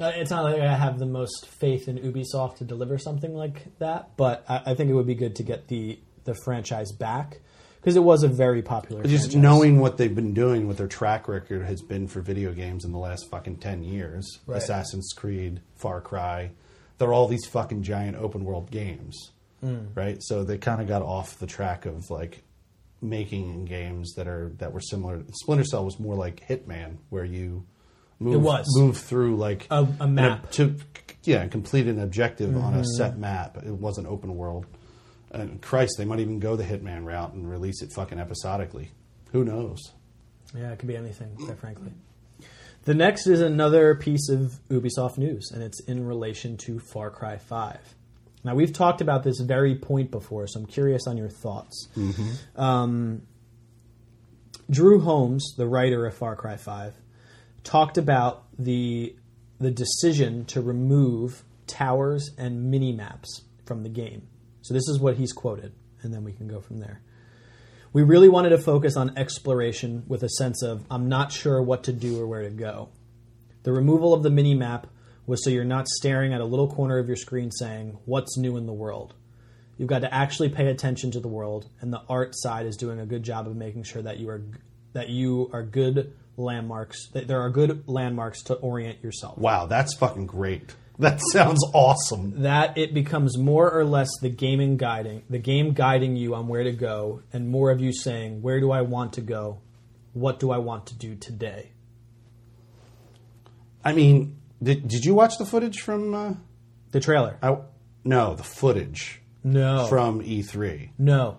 Speaker 2: uh, it's not like I have the most faith in Ubisoft to deliver something like that, but I, I think it would be good to get the the franchise back because it was a very popular.
Speaker 1: Just
Speaker 2: franchise.
Speaker 1: knowing what they've been doing, what their track record has been for video games in the last fucking ten years,
Speaker 2: Right.
Speaker 1: Assassin's Creed, Far Cry, they're all these fucking giant open world games,
Speaker 2: Mm.
Speaker 1: right? So they kind of got off the track of like making games that are that were similar. Splinter Cell was more like Hitman, where you move
Speaker 2: was.
Speaker 1: move through like
Speaker 2: A- a
Speaker 1: an ob-
Speaker 2: map. Mm-hmm.
Speaker 1: to yeah complete an objective on a set map. It wasn't open world. And Christ, they might even go the Hitman route and release it fucking episodically. Who knows?
Speaker 2: Yeah, it could be anything, quite frankly. The next is another piece of Ubisoft news, and it's in relation to Far Cry 5. Now, we've talked about this very point before, so I'm curious on your thoughts. Um, Drew Holmes, the writer of Far Cry 5, talked about the, the decision to remove towers and mini maps from the game. So, this is what he's quoted, and then we can go from there. We really wanted to focus on exploration with a sense of I'm not sure what to do or where to go. The removal of the mini map was so you're not staring at a little corner of your screen saying, What's new in the world? You've got to actually pay attention to the world, and the art side is doing a good job of making sure that you are that you are good landmarks that there are good landmarks to orient yourself.
Speaker 1: Wow, that's fucking great. That sounds awesome.
Speaker 2: that it becomes more or less the gaming guiding the game guiding you on where to go and more of you saying where do i want to go what do i want to do today
Speaker 1: I mean, did, did you watch the footage from uh,
Speaker 2: The trailer.
Speaker 1: I no the footage
Speaker 2: No.
Speaker 1: from E E3.
Speaker 2: no.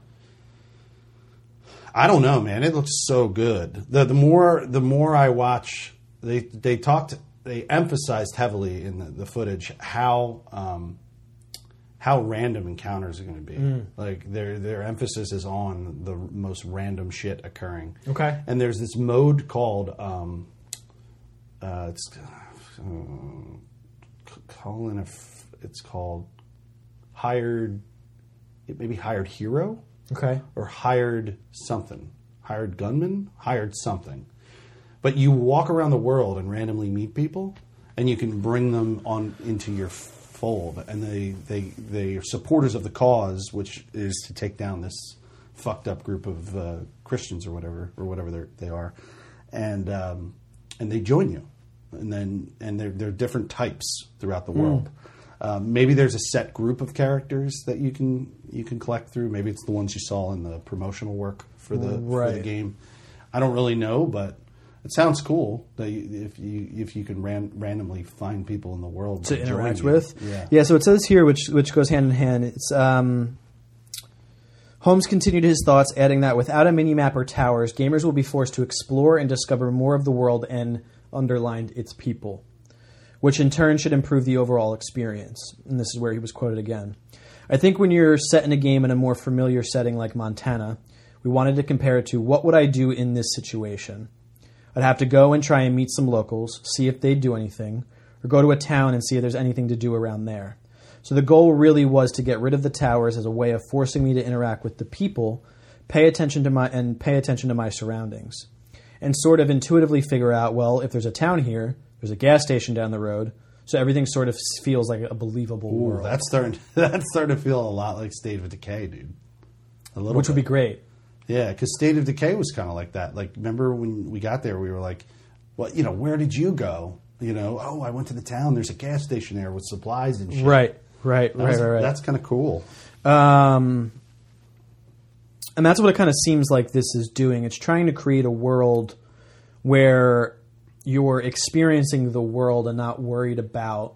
Speaker 1: I don't know, man. It looks so good. The the more the more I watch, they they talked they emphasized heavily in the, the footage how um, how random encounters are going to be. Like their their emphasis is on the most random shit occurring.
Speaker 2: Okay.
Speaker 1: And there's this mode called um, uh, it's uh, calling a f- it's called hired it maybe hired hero
Speaker 2: Okay.
Speaker 1: or hired something, hired gunman, hired something. But you walk around the world and randomly meet people, and you can bring them on into your fold. And they they they are supporters of the cause, which is to take down this fucked up group of uh, Christians or whatever or whatever they're- they are, and um, and they join you, and then and there there are different types throughout
Speaker 2: Hmm.
Speaker 1: the world. Um, maybe there's a set group of characters that you can you can collect through. Maybe it's the ones you saw in the promotional work for the, for the
Speaker 2: Right.
Speaker 1: game. I don't really know, but it sounds cool that you, if you if you can ran, randomly find people in the world
Speaker 2: to
Speaker 1: join
Speaker 2: interact
Speaker 1: you.
Speaker 2: with.
Speaker 1: yeah.
Speaker 2: So it says here, which which goes hand in hand. It's um, Holmes continued his thoughts, adding that without a mini map or towers, gamers will be forced to explore and discover more of the world and underlined its people, which in turn should improve the overall experience. And this is where he was quoted again. I think when you're set in a game in a more familiar setting like Montana, we wanted to compare it to what would I do in this situation. I'd have to go and try and meet some locals, see if they'd do anything, or go to a town and see if there's anything to do around there. So the goal really was to get rid of the towers as a way of forcing me to interact with the people, pay attention to my and pay attention to my surroundings, and sort of intuitively figure out, well, if there's a town here, there's a gas station down the road, so everything sort of s- feels like a believable
Speaker 1: Ooh,
Speaker 2: world,
Speaker 1: that's starting that's starting to feel a lot like State of Decay, dude. A little,
Speaker 2: which
Speaker 1: bit.
Speaker 2: would be great.
Speaker 1: Yeah, because State of Decay was kind of like that. Like, remember when we got there, we were like, "Well, you know, where did you go? You know, oh, I went to the town. There's a gas station there with supplies and shit.
Speaker 2: Right, right,
Speaker 1: That
Speaker 2: right,
Speaker 1: was-
Speaker 2: right, right.
Speaker 1: That's kind of cool.
Speaker 2: Um, and that's what it kind of seems like this is doing. It's trying to create a world where you're experiencing the world and not worried about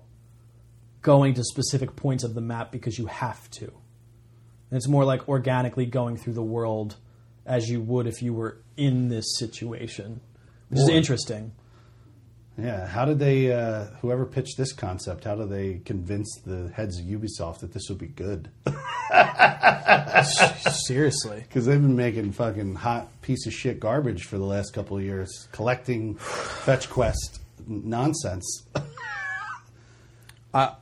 Speaker 2: going to specific points of the map because you have to. And it's more like organically going through the world as you would if you were in this situation, which is
Speaker 1: Boy.
Speaker 2: interesting.
Speaker 1: Yeah. How did they? Uh, whoever pitched this concept, how do they convince the heads of Ubisoft that this would be good?
Speaker 2: Seriously.
Speaker 1: Because they've been making fucking hot piece of shit garbage for the last couple of years, collecting fetch quest nonsense.
Speaker 2: I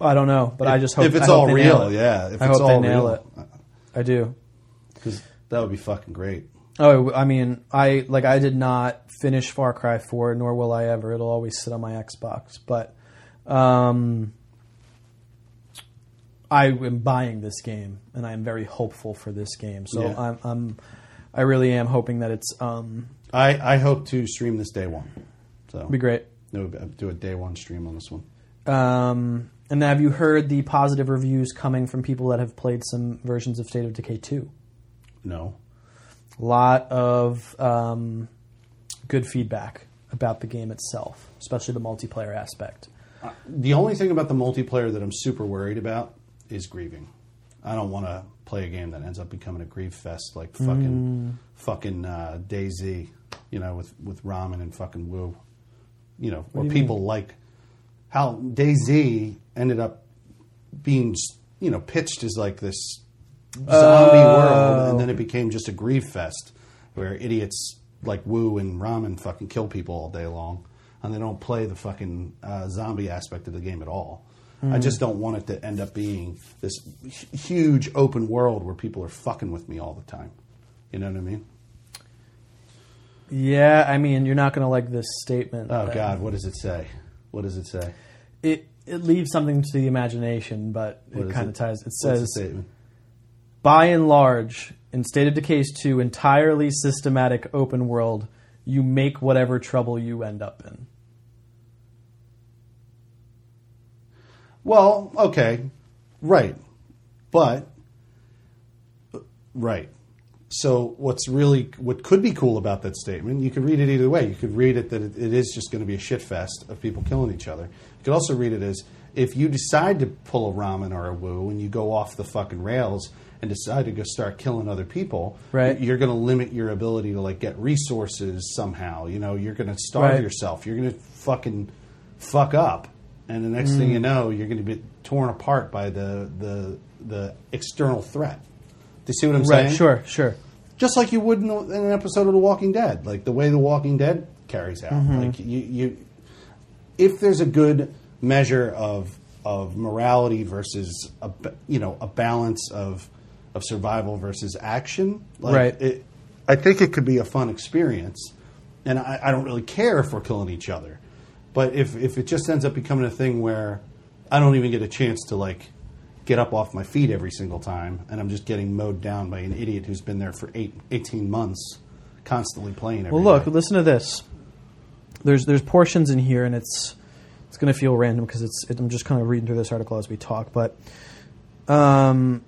Speaker 2: don't know, but I just hope
Speaker 1: if it's
Speaker 2: I hope
Speaker 1: all
Speaker 2: they nail
Speaker 1: real,
Speaker 2: it.
Speaker 1: yeah. If
Speaker 2: I
Speaker 1: it's
Speaker 2: hope they
Speaker 1: all
Speaker 2: nail
Speaker 1: real,
Speaker 2: it. I do.
Speaker 1: because that would be fucking great.
Speaker 2: Oh, I mean, I like I did not finish Far Cry 4, nor will I ever. It'll always sit on my Xbox. But um, I am buying this game, and I am very hopeful for this game. So
Speaker 1: Yeah.
Speaker 2: I'm, I'm, I really am hoping that it's um,
Speaker 1: I, I hope to stream this day one. So
Speaker 2: be great.
Speaker 1: No, uh, do a day one stream on this one.
Speaker 2: Um, and have you heard the positive reviews coming from people that have played some versions of State of Decay 2?
Speaker 1: No.
Speaker 2: lot of um, good feedback about the game itself, especially the multiplayer aspect.
Speaker 1: The only thing about the multiplayer that I'm super worried about is grieving. I don't want to play a game that ends up becoming a grief fest like fucking fucking uh, DayZ, you know, with with ramen and fucking woo, you know, or people like how DayZ ended up being, you know, pitched as like this zombie world, and then it became just a grief fest where idiots like Wu and Ramen fucking kill people all day long, and they don't play the fucking uh, zombie aspect of the game at all. I just don't want it to end up being this hu- huge open world where people are fucking with me all the time. You know what I mean?
Speaker 2: Yeah, I mean, you're not going to like this statement.
Speaker 1: Oh
Speaker 2: but
Speaker 1: God, what does it say? What does it say?
Speaker 2: It, it leaves something to the imagination, but
Speaker 1: What
Speaker 2: it
Speaker 1: is
Speaker 2: kind
Speaker 1: it?
Speaker 2: of ties. It
Speaker 1: What's the
Speaker 2: says,
Speaker 1: statement?
Speaker 2: by and large, in State of Decay's 2, entirely systematic open world, you make whatever trouble you end up in.
Speaker 1: Well, okay, right, but right. So, what's really what could be cool about that statement? You could read it either way. You could read it that it, it is just going to be a shit fest of people killing each other. You could also read it as If you decide to pull a ramen or a woo and you go off the fucking rails and decide to go start killing other people,
Speaker 2: Right.
Speaker 1: you're going to limit your ability to like get resources somehow. You know, you're going to starve
Speaker 2: Right.
Speaker 1: yourself. You're going to fucking fuck up, and the next
Speaker 2: Mm.
Speaker 1: thing you know, you're going to be torn apart by the the the external threat. Do you see what I'm
Speaker 2: Right.
Speaker 1: saying?
Speaker 2: Sure. Sure.
Speaker 1: just like you would in, in an episode of The Walking Dead, like the way The Walking Dead carries out.
Speaker 2: Mm-hmm.
Speaker 1: Like you, you, if there's a good measure of of morality versus a ba- you know a balance of of survival versus action, like
Speaker 2: Right.
Speaker 1: It, I think it could be a fun experience, and I, I don't really care if we're killing each other, but if if it just ends up becoming a thing where I don't even get a chance to like get up off my feet every single time, and I'm just getting mowed down by an idiot who's been there for eight, 18 months, constantly playing. Every
Speaker 2: Well, look,
Speaker 1: day.
Speaker 2: listen to this. There's there's portions in here, and it's it's going to feel random because it's it, I'm just kind of reading through this article as we talk. But um,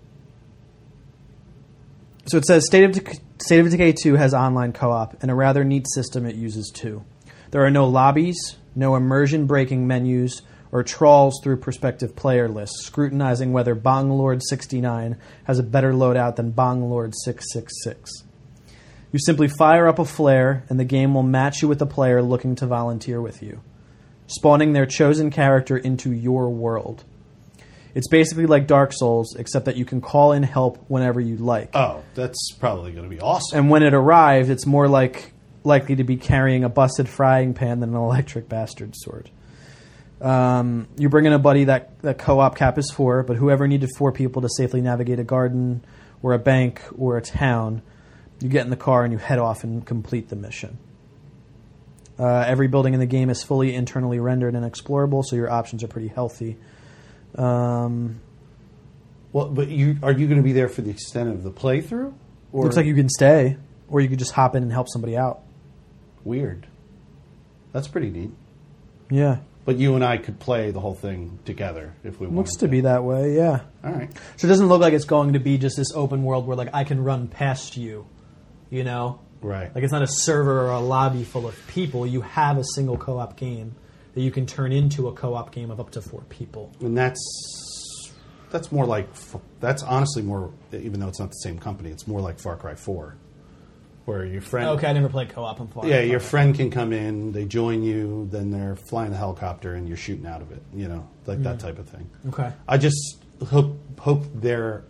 Speaker 2: so it says State of Dec- State of Decay Two has online co-op and a rather neat system it uses too. There are no lobbies, no immersion breaking menus. Or trawls through prospective player lists, scrutinizing whether Bonglord 69 has a better loadout than Bonglord 666. You simply fire up a flare, and the game will match you with a player looking to volunteer with you, spawning their chosen character into your world. It's basically like Dark Souls, except that you can call in help whenever you like.
Speaker 1: oh, that's probably going to be awesome.
Speaker 2: and when it arrives, it's more like likely to be carrying a busted frying pan than an electric bastard sword. Um, you bring in a buddy that, that co op cap is for, but whoever needed four people to safely navigate a garden or a bank or a town, you get in the car and you head off and complete the mission. Uh, every building in the game is fully internally rendered and explorable, so your options are pretty healthy.
Speaker 1: Well, but you are you going to be there for the extent of the playthrough? Or
Speaker 2: Looks like you can stay, or you could just hop in and help somebody out.
Speaker 1: weird. That's pretty neat.
Speaker 2: Yeah.
Speaker 1: But you and I could play the whole thing together if we wanted.
Speaker 2: Looks to be that way, yeah.
Speaker 1: All right.
Speaker 2: So it doesn't look like it's going to be just this open world where like I can run past you, you know?
Speaker 1: Right.
Speaker 2: Like it's not a server or a lobby full of people. You have a single co-op game that you can turn into a co-op game of up to four people.
Speaker 1: and that's that's more like f- that's honestly more even though it's not the same company, it's more like Far Cry 4 where your friend
Speaker 2: Okay, I never played co-op in Far
Speaker 1: Yeah, your friend can come in, they join you, then they're flying the helicopter and you're shooting out of it, you know, like
Speaker 2: Mm.
Speaker 1: that type of thing.
Speaker 2: Okay.
Speaker 1: I just hope hope their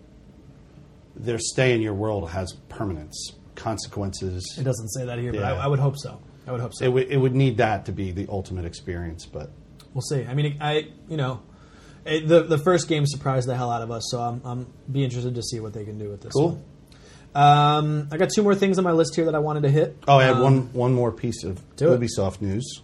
Speaker 1: their stay in your world has permanence, consequences.
Speaker 2: It doesn't say that here, but
Speaker 1: Yeah.
Speaker 2: I, I would hope so. I would hope so.
Speaker 1: It, would it would need that to be the ultimate experience, but
Speaker 2: we'll see. I mean, I you know, it, the the first game surprised the hell out of us, so I'm I'm be interested to see what they can do with this.
Speaker 1: cool.
Speaker 2: one. Um, I got two more things on my list here that I wanted to hit.
Speaker 1: Oh, I had
Speaker 2: Um,
Speaker 1: one one more piece of
Speaker 2: Do it.
Speaker 1: Ubisoft news.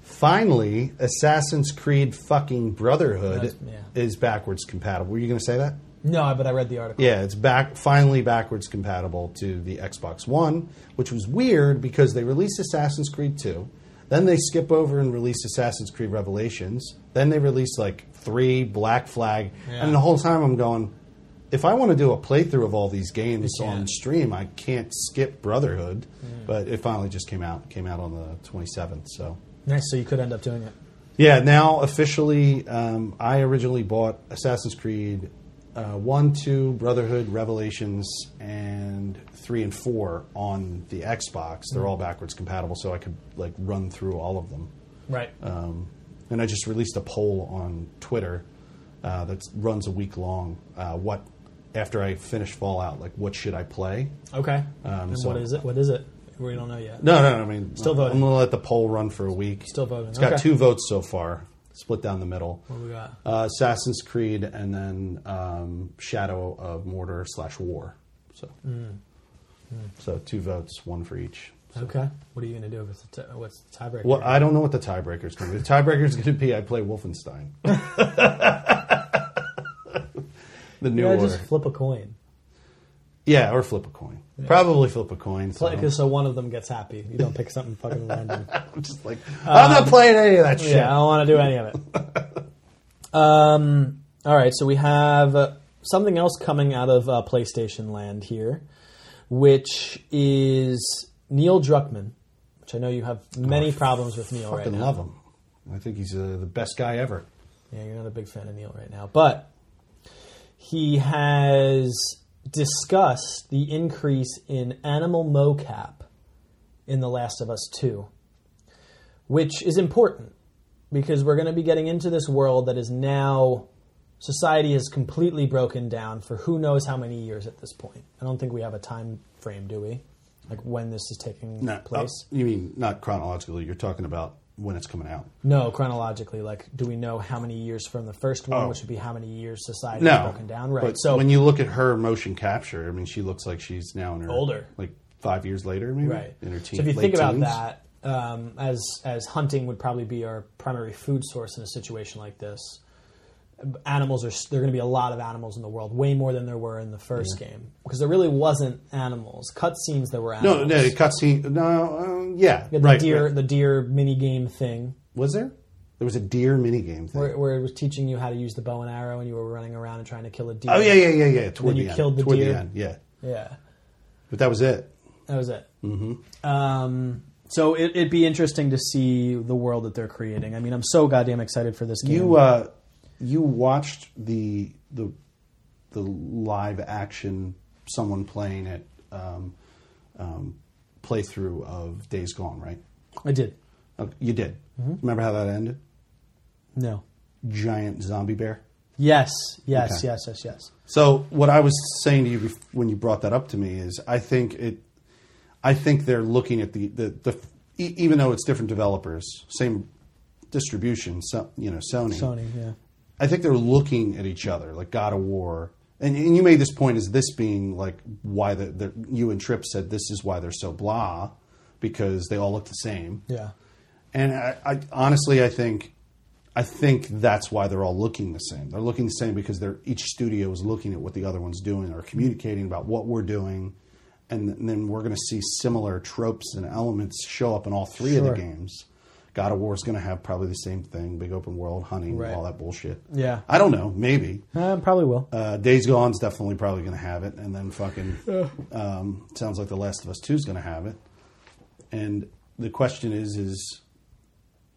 Speaker 1: Finally, Assassin's Creed fucking Brotherhood
Speaker 2: That's- yeah.
Speaker 1: is backwards compatible. Were you going to say that?
Speaker 2: No, but I read the article.
Speaker 1: Yeah, it's back finally backwards compatible to the Xbox One, which was weird because they released Assassin's Creed 2, then they skip over and release Assassin's Creed Revelations, then they release like 3 Black Flag,
Speaker 2: Yeah.
Speaker 1: and the whole time I'm going if I want to do a playthrough of all these games
Speaker 2: You can't. Mm.
Speaker 1: on stream, I can't skip Brotherhood, but it finally just came out came out on the 27th, so
Speaker 2: Nice. So you could end up doing it.
Speaker 1: yeah, now officially, um, I originally bought Assassin's Creed uh, 1, 2, Brotherhood, Revelations, and 3 and 4 on the Xbox. They're all backwards compatible, so I could like run through all of them.
Speaker 2: Right.
Speaker 1: Um, and I just released a poll on Twitter uh, that runs a week long. Uh, what after I finish Fallout, like what should I play?
Speaker 2: okay.
Speaker 1: um,
Speaker 2: and
Speaker 1: so-
Speaker 2: what is it? What is it? We don't know yet.
Speaker 1: No, no, no I mean,
Speaker 2: Still voting.
Speaker 1: I'm gonna let the poll run for a week.
Speaker 2: Still voting,
Speaker 1: It's got
Speaker 2: okay.
Speaker 1: two votes so far, split down the middle.
Speaker 2: What we got?
Speaker 1: uh, Assassin's Creed, and then um, Shadow of Mortar slash War. So, so two votes, one for each.
Speaker 2: Okay. What are you going to do? If it's the t- what's the tiebreaker?
Speaker 1: Well, I don't know what the tiebreaker is going to be. The tiebreaker is going to be I play Wolfenstein. the new
Speaker 2: yeah,
Speaker 1: order,
Speaker 2: just flip a coin.
Speaker 1: yeah, or flip a coin. Probably flip a coin. So
Speaker 2: Play, 'cause so one of them gets happy. You don't pick something fucking random.
Speaker 1: I'm just like I'm not playing any of that shit.
Speaker 2: um, Yeah, I don't want to do any of it. um, all right, so we have uh, something else coming out of uh, PlayStation Land here, which is Neil Druckmann, which I know you have many problems with Neil
Speaker 1: I
Speaker 2: right
Speaker 1: Oh, fucking
Speaker 2: now.
Speaker 1: love him. I think he's uh, the best guy ever.
Speaker 3: Yeah, you're not a big fan of Neil right now, but he has discussed the increase in animal mocap in The Last of Us 2, which is important because we're going to be getting into this world that is now society has completely broken down for who knows how many years at this point. I don't think we have a time frame, do we? Like when this is taking
Speaker 1: No,
Speaker 3: place?
Speaker 1: uh, you mean not chronologically? You're talking about when it's coming out.
Speaker 3: No, chronologically, like, do we know how many years from the first one,
Speaker 1: Oh.
Speaker 3: which would be how many years society has
Speaker 1: No,
Speaker 3: broken down? Right.
Speaker 1: But
Speaker 3: so
Speaker 1: when you look at her motion capture, I mean, she looks like she's now in her
Speaker 3: Older.
Speaker 1: like five years later, maybe
Speaker 3: right.
Speaker 1: in her teens.
Speaker 3: so if you
Speaker 1: late
Speaker 3: think about
Speaker 1: teens.
Speaker 3: that, um, as as hunting would probably be our primary food source in a situation like this, animals are there are going to be a lot of animals in the world, way more than there were in the first game, because there really wasn't animals. Cutscenes that were
Speaker 1: no,
Speaker 3: animals.
Speaker 1: no, the cutscene, no, um, yeah,
Speaker 3: You had the
Speaker 1: right,
Speaker 3: deer,
Speaker 1: right.
Speaker 3: the deer mini game thing,
Speaker 1: Was there? There was a deer minigame thing.
Speaker 3: where, where it was teaching you how to use the bow and arrow, and you were running around and trying to kill a deer.
Speaker 1: oh yeah, yeah, yeah, yeah. Toward
Speaker 3: you
Speaker 1: the end,
Speaker 3: killed the
Speaker 1: toward
Speaker 3: deer.
Speaker 1: the end, yeah.
Speaker 3: yeah.
Speaker 1: But that was it.
Speaker 3: That was it.
Speaker 2: Um, so it, it'd be interesting to see the world that they're creating. I mean, I'm so goddamn excited for this game.
Speaker 1: You uh, you watched the the the live action someone playing it um, um, playthrough of Days Gone, right?
Speaker 2: I did.
Speaker 1: Oh, you did.
Speaker 3: Mm-hmm.
Speaker 1: Remember how that ended?
Speaker 2: No.
Speaker 1: Giant zombie bear.
Speaker 2: Yes. Yes.
Speaker 1: Okay.
Speaker 2: Yes. Yes. Yes.
Speaker 1: So what I was saying to you bef- when you brought that up to me is, I think it, I think they're looking at the the, the e- even though it's different developers, same distribution, so, you know, Sony.
Speaker 2: Sony. Yeah.
Speaker 1: I think they're looking at each other, like God of War. And, and you made this point as this being like why the, the you and Tripp said this is why they're so blah because they all look the same.
Speaker 2: Yeah.
Speaker 1: And I, I honestly, I think, I think that's why they're all looking the same. They're looking the same because they're each studio is looking at what the other one's doing or communicating about what we're doing, and, th- and then we're going to see similar tropes and elements show up in all three of the
Speaker 2: Sure.
Speaker 1: games. God of War is going to have probably the same thing: big open world, hunting,
Speaker 2: Right.
Speaker 1: all that bullshit.
Speaker 2: Yeah.
Speaker 1: I don't know. Maybe
Speaker 2: Uh, probably will.
Speaker 1: uh, Days Gone's definitely probably going to have it, and then fucking um, sounds like The Last of Us Two is going to have it. And the question is, is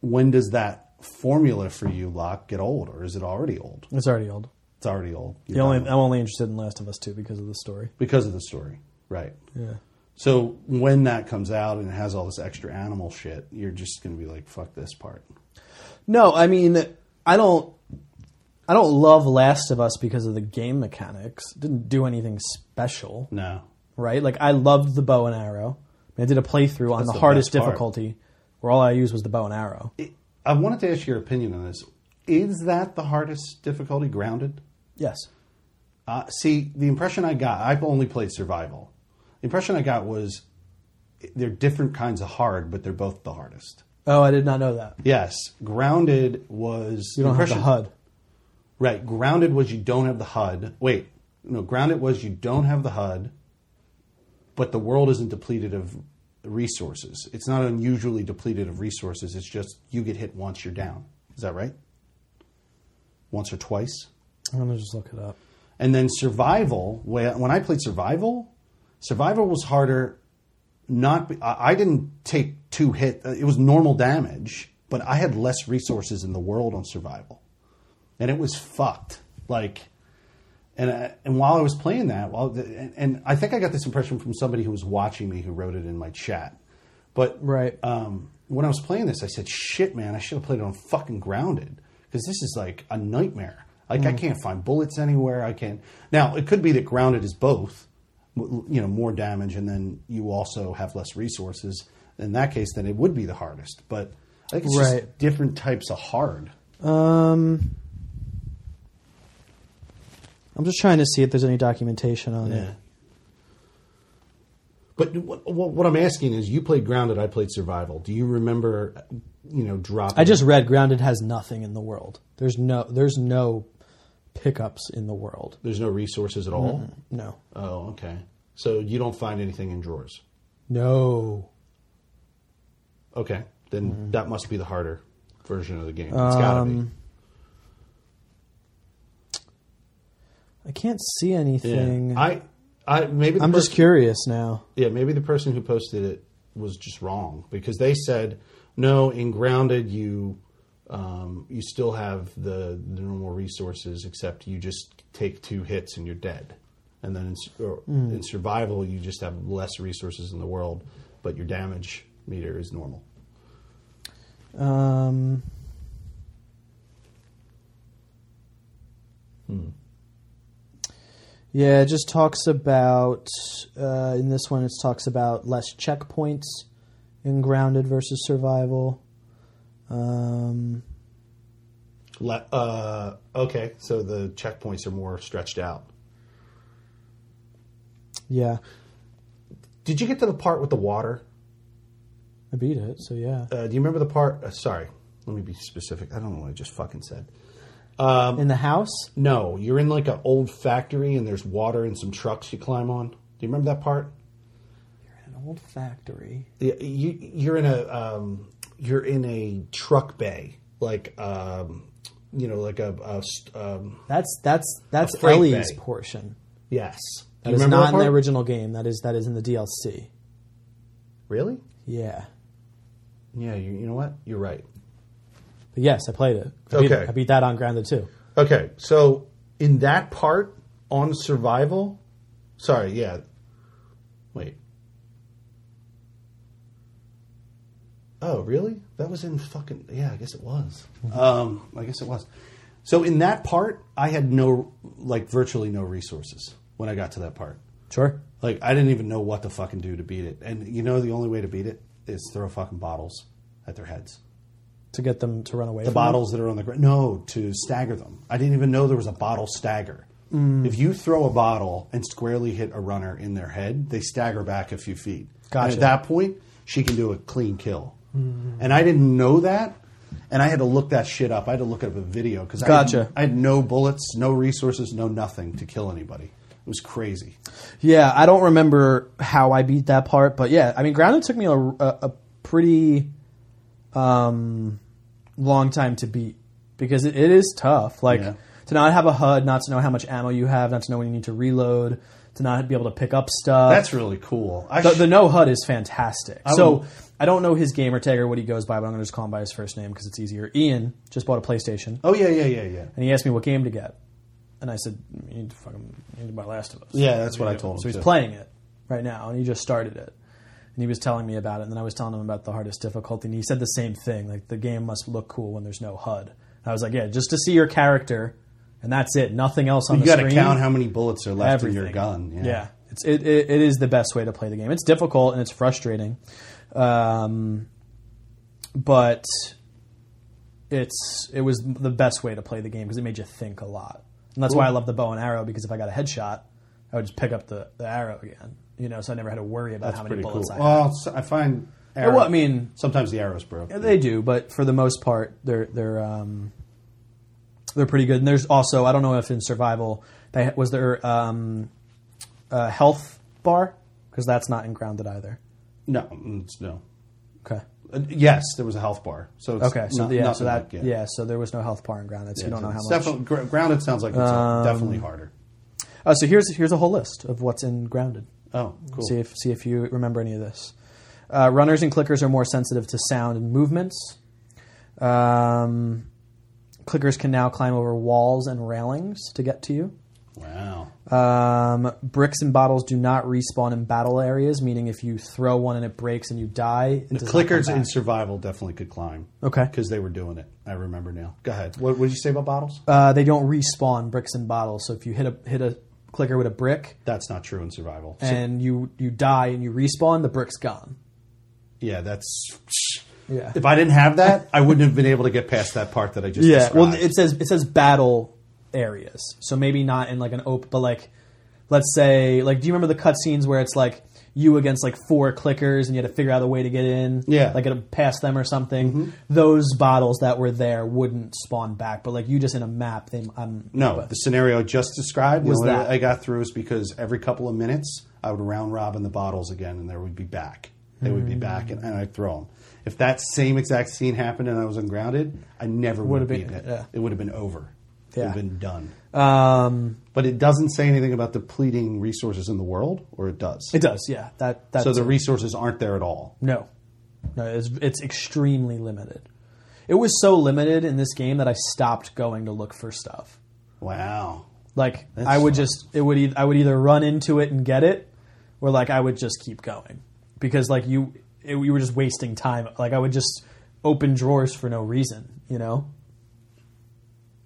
Speaker 1: when does that formula for you, Locke, get old, or is it already old?
Speaker 2: It's already old.
Speaker 1: It's already old.
Speaker 2: The only I'm only interested in Last of Us Two because of the story.
Speaker 1: because of the story, right?
Speaker 2: Yeah.
Speaker 1: So when that comes out and it has all this extra animal shit, you're just going to be like, fuck this part.
Speaker 2: No, I mean, I don't. I don't love Last of Us because of the game mechanics. Didn't do anything special,
Speaker 1: No,
Speaker 2: right? Like I loved the bow and arrow. I, mean, I did a playthrough on the,
Speaker 1: the
Speaker 2: hardest
Speaker 1: best part.
Speaker 2: difficulty, where all I used was the bow and arrow.
Speaker 1: I wanted to ask your opinion on this. Is that the hardest difficulty? Grounded.
Speaker 2: Yes.
Speaker 1: Uh, see, the impression I got, I've only played survival. The impression I got was they're different kinds of hard, but they're both the hardest.
Speaker 2: Oh, I did not know that.
Speaker 1: Yes, grounded was
Speaker 2: You don't have the HUD.
Speaker 1: Right, grounded was you don't have the HUD. Wait, no, grounded was you don't have the HUD, but the world isn't depleted of resources. It's not unusually depleted of resources. It's just you get hit once you're down. Is that right? Once or twice.
Speaker 2: I'm gonna just look it up.
Speaker 1: And then survival, when when I played survival, survival was harder. Not be- I I didn't take two hit. It was normal damage, but I had less resources in the world on survival, and it was fucked. Like, and I, and while I was playing that, while the, and, and I think I got this impression from somebody who was watching me who wrote it in my chat, but
Speaker 2: Right.
Speaker 1: um, when I was playing this, I said, "Shit, man, I should have played it on fucking grounded because this is like a nightmare. Like
Speaker 2: Mm.
Speaker 1: I can't find bullets anywhere. I can't." Now it could be that grounded is both, m- you know, more damage, and then you also have less resources. In that case, then it would be the hardest. But I think it's
Speaker 2: Right.
Speaker 1: just different types of hard.
Speaker 2: Um, I'm just trying to see if there's any documentation on it.
Speaker 1: But what, what what I'm asking is, you played grounded, I played survival. Do you remember, you know, dropping?
Speaker 2: I just read grounded has nothing in the world. There's no there's no pickups in the world.
Speaker 1: there's no resources at all.
Speaker 2: No.
Speaker 1: Oh, okay. So you don't find anything in drawers.
Speaker 2: No.
Speaker 1: Okay, then
Speaker 2: Mm-hmm.
Speaker 1: that must be the harder version of the game. It's
Speaker 2: Um,
Speaker 1: got to be.
Speaker 2: I can't see anything.
Speaker 1: Yeah. I, I maybe the
Speaker 2: I'm just
Speaker 1: person-
Speaker 2: curious now.
Speaker 1: Yeah, maybe the person who posted it was just wrong because they said no. In grounded, you Um, you still have the, the normal resources, except you just take two hits and you're dead. And then in, s- or
Speaker 2: Hmm.
Speaker 1: in survival, you just have less resources in the world, but your damage meter is normal.
Speaker 2: Um, Yeah, it just talks about uh, in this one. It talks about less checkpoints in grounded versus survival. Um,
Speaker 1: Le- uh, okay, so the checkpoints are more stretched out.
Speaker 2: yeah,
Speaker 1: Did you get to the part with the water?
Speaker 2: I beat it. So yeah,
Speaker 1: Uh, do you remember the part? Uh, sorry, let me be specific. I don't know what I just fucking said. Um,
Speaker 2: in the house.
Speaker 1: No, you're in like an old factory and there's water and some trucks you climb on. Do you remember that part?
Speaker 2: An old factory.
Speaker 1: The- You, you're in a um, you're in a truck bay, like um, you know, like a, a st- um,
Speaker 2: That's that's that's
Speaker 1: freight
Speaker 2: Ellie's
Speaker 1: bay.
Speaker 2: portion.
Speaker 1: yes.
Speaker 2: That
Speaker 1: you
Speaker 2: is
Speaker 1: remember
Speaker 2: not in the
Speaker 1: part?
Speaker 2: original game. That is that is in the DLC.
Speaker 1: Really?
Speaker 2: Yeah.
Speaker 1: Yeah. You, you know what? You're right.
Speaker 2: But yes, I played it. I beat it.
Speaker 1: Okay.
Speaker 2: I beat that on grounded too.
Speaker 1: Okay, so in that part on survival, sorry, yeah. Wait. Oh, really? That was in fucking yeah. I guess it was. Um, I guess it was. So in that part, I had no like virtually no resources when I got to that part.
Speaker 2: Sure.
Speaker 1: Like I didn't even know what to fucking do to beat it. And you know the only way to beat it is throw fucking bottles at their heads
Speaker 2: To get them to run away.
Speaker 1: the
Speaker 2: from you.
Speaker 1: bottles that are on the ground. No, to stagger them. I didn't even know there was a bottle stagger.
Speaker 2: Mm.
Speaker 1: If you throw a bottle and squarely hit a runner in their head, they stagger back a few feet. And
Speaker 2: Gotcha. Mm-hmm.
Speaker 1: at that point, she can do a clean kill. And I didn't know that. And I had to look that shit up. I had to look up a video because I,
Speaker 2: Gotcha.
Speaker 1: had- I had no bullets, no resources, no nothing to kill anybody. It was crazy.
Speaker 2: Yeah, I don't remember how I beat that part, but yeah, I mean, grounded took me a, a, a pretty um, long time to beat because it, it is tough. Like
Speaker 1: Yeah.
Speaker 2: to not have a HUD, not to know how much ammo you have, not to know when you need to reload, to not be able to pick up stuff.
Speaker 1: That's really cool. I
Speaker 2: the,
Speaker 1: sh-
Speaker 2: the no HUD is fantastic. so
Speaker 1: would-
Speaker 2: I don't know his gamer tag or what he goes by, but I'm going to just call him by his first name because it's easier. Ian just bought a PlayStation,
Speaker 1: oh, yeah, yeah, yeah, yeah.
Speaker 2: and he asked me what game to get, and I said, "You need to fucking you need to buy Last of Us."
Speaker 1: Yeah, that's what I told him.
Speaker 2: So he's
Speaker 1: too.
Speaker 2: playing it right now, and he just started it. And he was telling me about it, and then I was telling him about the hardest difficulty, and he said the same thing. Like, the game must look cool when there's no HUD. And I was like, yeah, just to see your character, and that's it. Nothing else on
Speaker 1: You
Speaker 2: the
Speaker 1: got to
Speaker 2: screen.
Speaker 1: count how many bullets are left
Speaker 2: everything.
Speaker 1: in your gun. Yeah.
Speaker 2: yeah. It's, it, it, it is the best way to play the game. It's difficult, and it's frustrating. Um, but it's it was the best way to play the game because it made you think a lot. And that's why I love the bow and arrow because if I got a headshot, I would just pick up the, the arrow again. You know, so I never had to worry about
Speaker 1: That's
Speaker 2: how many
Speaker 1: pretty cool.
Speaker 2: bullets I had.
Speaker 1: Well, s- I find. Arrow,
Speaker 2: well, I mean-
Speaker 1: sometimes the arrows broke.
Speaker 2: They do, but for the most part, they're they're um, they're pretty good. And there's also I don't know if in survival they was there um, a health bar because that's not in grounded either.
Speaker 1: no, mm, it's- no.
Speaker 2: Okay.
Speaker 1: Uh, yes, there was a health bar. So it's
Speaker 2: Okay. So
Speaker 1: not-
Speaker 2: yeah. So
Speaker 1: nothing
Speaker 2: that
Speaker 1: like-
Speaker 2: yeah. So there was no health bar in grounded. So you don't know how
Speaker 1: it's
Speaker 2: much.
Speaker 1: defi-
Speaker 2: Um,
Speaker 1: gr- grounded sounds like it's definitely harder.
Speaker 2: Uh, so here's here's a whole list of what's in grounded.
Speaker 1: Oh, cool.
Speaker 2: See if see if you remember any of this. Uh, runners and clickers are more sensitive to sound and movements. Um, clickers can now climb over walls and railings to get to you.
Speaker 1: wow.
Speaker 2: Um, bricks and bottles do not respawn in battle areas, meaning if you throw one and it breaks and you die, it
Speaker 1: The
Speaker 2: does not come
Speaker 1: clickers in
Speaker 2: back.
Speaker 1: survival definitely could climb.
Speaker 2: Okay.
Speaker 1: Because they were doing it. I remember now. Go ahead. What, what did you say about bottles?
Speaker 2: uh, they don't respawn bricks and bottles. So if you hit a hit a clicker with a brick
Speaker 1: That's not true in survival. So-
Speaker 2: and you you die and you respawn, the brick's gone.
Speaker 1: yeah, that's.
Speaker 2: Yeah.
Speaker 1: If I didn't have that, I wouldn't have been able to get past that part that I just
Speaker 2: Yeah.
Speaker 1: described.
Speaker 2: Well, it says it says battle areas, so maybe not in like an open, but like let's say like do you remember the cutscenes where it's like you against like four clickers and you had to figure out a way to get in,
Speaker 1: Yeah.
Speaker 2: like get past them or something. Those bottles that were there wouldn't spawn back, but like you just in a map, they um,
Speaker 1: No,
Speaker 2: but-
Speaker 1: the scenario I just described was
Speaker 2: Was
Speaker 1: that
Speaker 2: that.
Speaker 1: I got through is because every couple of minutes I would round robin the bottles again, and there would be back. They would be back, and, and I'd throw them. If that same exact scene happened and I was ungrounded, I never would have
Speaker 2: Would've
Speaker 1: beaten
Speaker 2: been-
Speaker 1: it.
Speaker 2: yeah.
Speaker 1: It would have been over. It would have
Speaker 2: Yeah.
Speaker 1: been done.
Speaker 2: um,
Speaker 1: But it doesn't say anything about depleting resources in the world, or it does.
Speaker 2: it does, yeah. That that's
Speaker 1: so the resources aren't there at all.
Speaker 2: No, no, it's, it's extremely limited. It was so limited in this game that I stopped going to look for stuff.
Speaker 1: Wow.
Speaker 2: Like I would just it would e- I would either run into it and get it, or like I would just keep going because like you it, you were just wasting time. Like I would just open drawers for no reason. You know.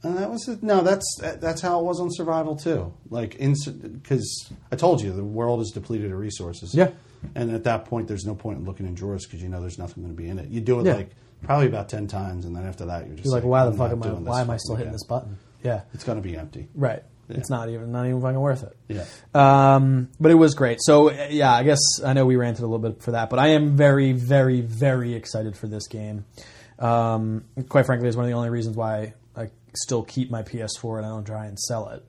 Speaker 1: And Uh, that was no. That's that's how it was on survival too. Like because I told you the world is depleted of resources.
Speaker 2: Yeah.
Speaker 1: And at that point, there's no point in looking in drawers because you know there's nothing going to be in it. You do it
Speaker 2: Yeah.
Speaker 1: like probably about ten times, and then after that, you're just
Speaker 2: You're like, why the
Speaker 1: I'm
Speaker 2: fuck
Speaker 1: not
Speaker 2: am I?
Speaker 1: doing this
Speaker 2: Why am I
Speaker 1: fucking
Speaker 2: still hitting
Speaker 1: again.
Speaker 2: this button? Yeah.
Speaker 1: It's going to be empty.
Speaker 2: Right.
Speaker 1: Yeah.
Speaker 2: It's not even not even fucking worth it.
Speaker 1: Yeah.
Speaker 2: Um, but it was great. So uh, yeah, I guess I know we ranted a little bit for that, but I am very, very, very excited for this game. Um, quite frankly, it's one of the only reasons why I still keep my PS4 and I don't try and sell it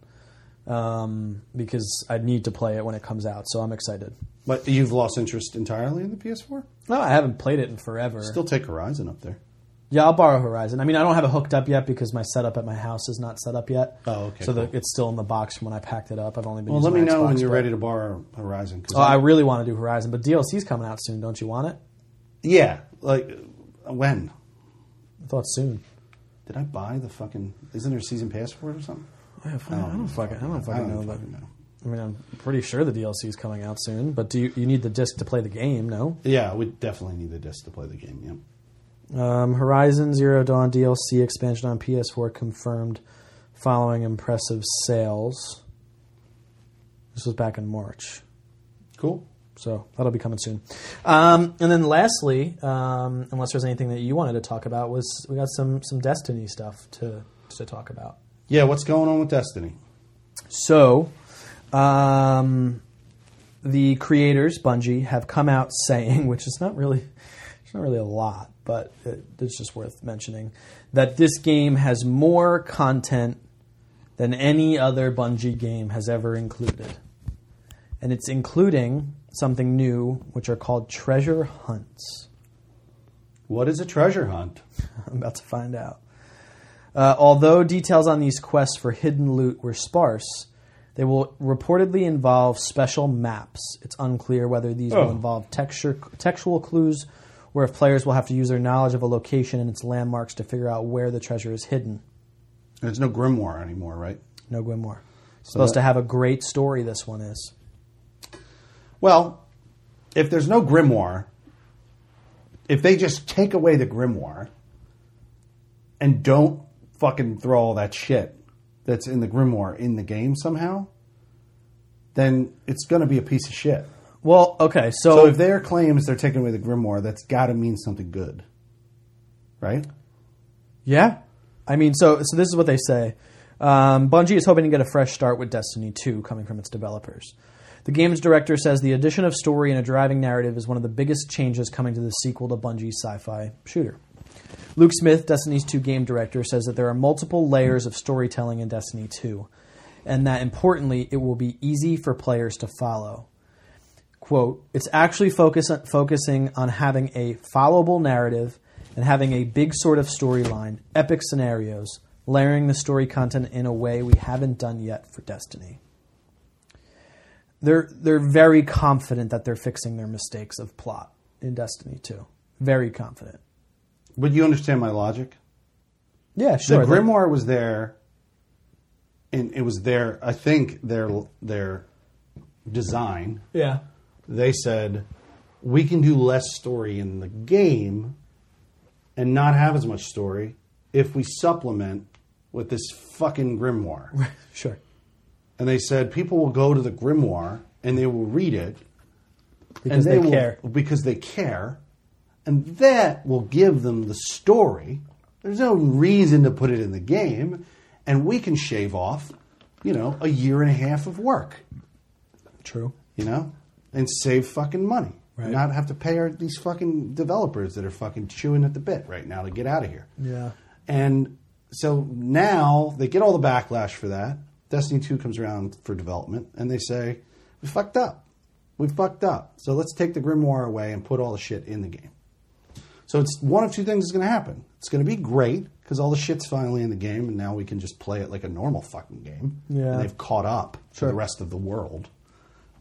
Speaker 2: um, because I need to play it when it comes out. So I'm excited.
Speaker 1: But you've lost interest entirely in the PS4.
Speaker 2: No, I haven't played it in forever.
Speaker 1: Still take Horizon up there.
Speaker 2: Yeah, I'll borrow Horizon. I mean, I don't have it hooked up yet because my setup at my house is not set up yet.
Speaker 1: Oh, okay,
Speaker 2: So the,
Speaker 1: cool.
Speaker 2: it's still in the box from when I packed it up. I've only been.
Speaker 1: Well,
Speaker 2: using
Speaker 1: let me
Speaker 2: my
Speaker 1: know when
Speaker 2: Xbox,
Speaker 1: you're
Speaker 2: but-
Speaker 1: ready to borrow Horizon. 'cause
Speaker 2: Oh,
Speaker 1: I-
Speaker 2: I really want to do Horizon, but DLC's coming out soon. Don't you want it?
Speaker 1: yeah. Like uh, when
Speaker 2: I thought soon.
Speaker 1: did I buy the fucking? Isn't there a season pass for it or something?
Speaker 2: I don't, fucking, I don't fucking know. but-
Speaker 1: fucking know.
Speaker 2: I mean, I'm pretty sure the DLC is coming out soon. But do you, you need the disc to play the game? No.
Speaker 1: Yeah, we definitely need the disc to play the game. Yeah.
Speaker 2: Um, Horizon Zero Dawn DLC expansion on PS4 confirmed following impressive sales. This was back in March.
Speaker 1: Cool.
Speaker 2: So that'll be coming soon. Um, and then lastly, um, unless there's anything that you wanted to talk about, was we got some some Destiny stuff to to talk about.
Speaker 1: Yeah, what's going on with Destiny?
Speaker 2: So, um, the creators Bungie have come out saying, which is not really, it's not really a lot, but it, it's just worth mentioning that this game has more content than any other Bungie game has ever included, and it's including something new, which are called treasure hunts.
Speaker 1: What is a treasure hunt?
Speaker 2: I'm about to find out. Uh, although details on these quests for hidden loot were sparse, they will reportedly involve special maps. It's unclear whether these
Speaker 1: Oh.
Speaker 2: will involve texture, textual clues or if players will have to use their knowledge of a location and its landmarks to figure out where the treasure is hidden.
Speaker 1: There's no grimoire anymore, right?
Speaker 2: No Grimoire. Supposed
Speaker 1: that-
Speaker 2: to have a great story, this one is.
Speaker 1: Well, if there's no grimoire, if they just take away the grimoire and don't fucking throw all that shit that's in the grimoire in the game somehow, then it's going to be a piece of shit.
Speaker 2: Well, okay,
Speaker 1: So
Speaker 2: so,
Speaker 1: if their claims they're taking away the grimoire, that's got to mean something good, right?
Speaker 2: Yeah. I mean, so so this is what they say. Um, Bungie is hoping to get a fresh start with Destiny 2 coming from its developers. The game's director says the addition of story and a driving narrative is one of the biggest changes coming to the sequel to Bungie's sci fi shooter. Luke Smith, Destiny's 2 game director, says that there are multiple layers of storytelling in Destiny 2, and that importantly, it will be easy for players to follow quote, it's actually focus focusing on having a followable narrative and having a big sort of storyline, epic scenarios, layering the story content in a way we haven't done yet for Destiny. They're they're very confident that they're fixing their mistakes of plot in Destiny 2. Very confident.
Speaker 1: But you understand my logic?
Speaker 2: Yeah,
Speaker 1: the
Speaker 2: sure. they-
Speaker 1: grimoire was there and it was their i think their their design
Speaker 3: Yeah.
Speaker 1: they said we can do less story in the game and not have as much story if we supplement with this fucking grimoire
Speaker 2: Sure.
Speaker 1: and they said people will go to the grimoire and they will read it
Speaker 2: Because
Speaker 1: and
Speaker 2: they,
Speaker 1: will,
Speaker 2: care.
Speaker 1: because they care and that will give them the story there's no reason to put it in the game and we can shave off you know a year and a half of work
Speaker 2: True.
Speaker 1: you know and save fucking money
Speaker 2: Right.
Speaker 1: and not have to pay our, these fucking developers that are fucking chewing at the bit right now to get out of here
Speaker 2: Yeah.
Speaker 1: and so now they get all the backlash for that. Destiny 2 comes around for development and they say, We fucked up. We fucked up. So let's take the grimoire away and put all the shit in the game. So it's one of two things is going to happen. It's going to be great because all the shit's finally in the game and now we can just play it like a normal fucking game.
Speaker 2: Yeah.
Speaker 1: And they've caught up
Speaker 2: Sure.
Speaker 1: to the rest of the world.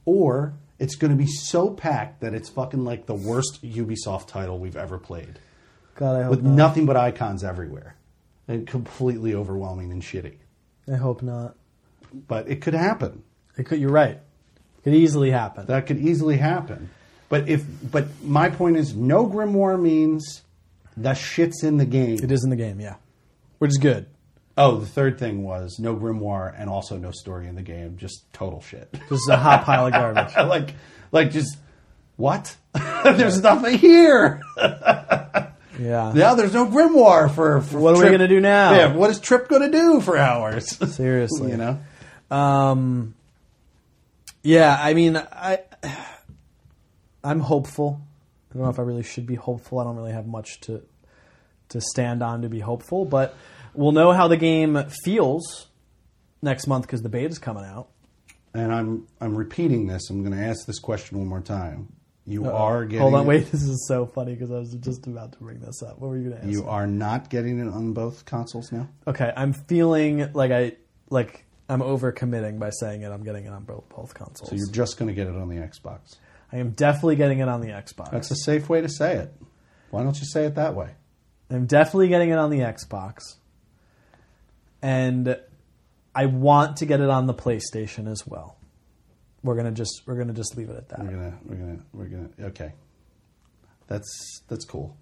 Speaker 1: Or it's going to be so packed that it's fucking like the worst Ubisoft title we've ever played.
Speaker 3: God, I hope
Speaker 1: with
Speaker 2: Uh-huh.
Speaker 3: not.
Speaker 1: nothing but icons everywhere and completely overwhelming and shitty.
Speaker 3: I hope not.
Speaker 1: But it could happen.
Speaker 3: It could, you're right. It could easily happen.
Speaker 1: That could easily happen. But if but my point is no grimoire means the shit's in the game.
Speaker 2: It is in the game, yeah. Which is good.
Speaker 1: Oh, the third thing was no grimoire and also no story in the game, just total shit.
Speaker 2: This is a hot pile of garbage.
Speaker 1: like like just what? There's nothing here.
Speaker 2: Yeah.
Speaker 1: Now there's no grimoire for, for
Speaker 2: What are we gonna do now?
Speaker 1: Yeah, what is Trip gonna do for hours?
Speaker 2: Seriously.
Speaker 1: you know?
Speaker 2: Um, yeah, I mean, I, I'm hopeful. I don't know if I really should be hopeful. I don't really have much to to stand on to be hopeful, but we'll know how the game feels next month because the beta's coming out.
Speaker 1: and I'm I'm repeating this. I'm going to ask this question one more time. You are getting
Speaker 2: Hold on, wait. This is so funny because I was just about to bring this up. What were you going to ask?
Speaker 1: You are not getting it on both consoles now.
Speaker 2: Okay, I'm feeling like I like I'm overcommitting by saying it. I'm getting it on both both consoles.
Speaker 1: So you're just going to get it on the Xbox.
Speaker 2: I am definitely getting it on the Xbox.
Speaker 1: That's a safe way to say it. Why don't you say it that way?
Speaker 2: I'm definitely getting it on the Xbox. And I want to get it on the PlayStation as well. We're gonna just we're gonna just leave it at
Speaker 1: We're
Speaker 2: that.
Speaker 1: gonna we're gonna we're gonna okay. That's that's cool.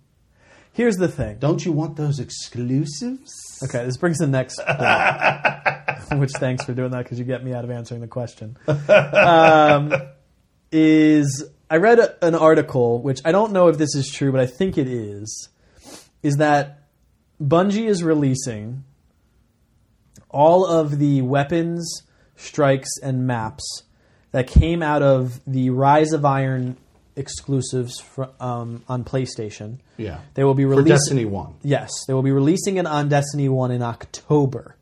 Speaker 2: Here's the thing.
Speaker 1: Don't you want those exclusives?
Speaker 2: Okay, this brings the next point. Which thanks for doing that because you get me out of answering the question. Um, is I read a, an article which I don't know if this is true, but I think it is. Is that Bungie is releasing all of the weapons, strikes, and maps that came out of the Rise of Iron exclusives fr- um, on PlayStation.
Speaker 1: Yeah.
Speaker 2: They will be
Speaker 1: For
Speaker 2: releasing
Speaker 1: Destiny One.
Speaker 2: Yes, they will be releasing it on Destiny 1 in October,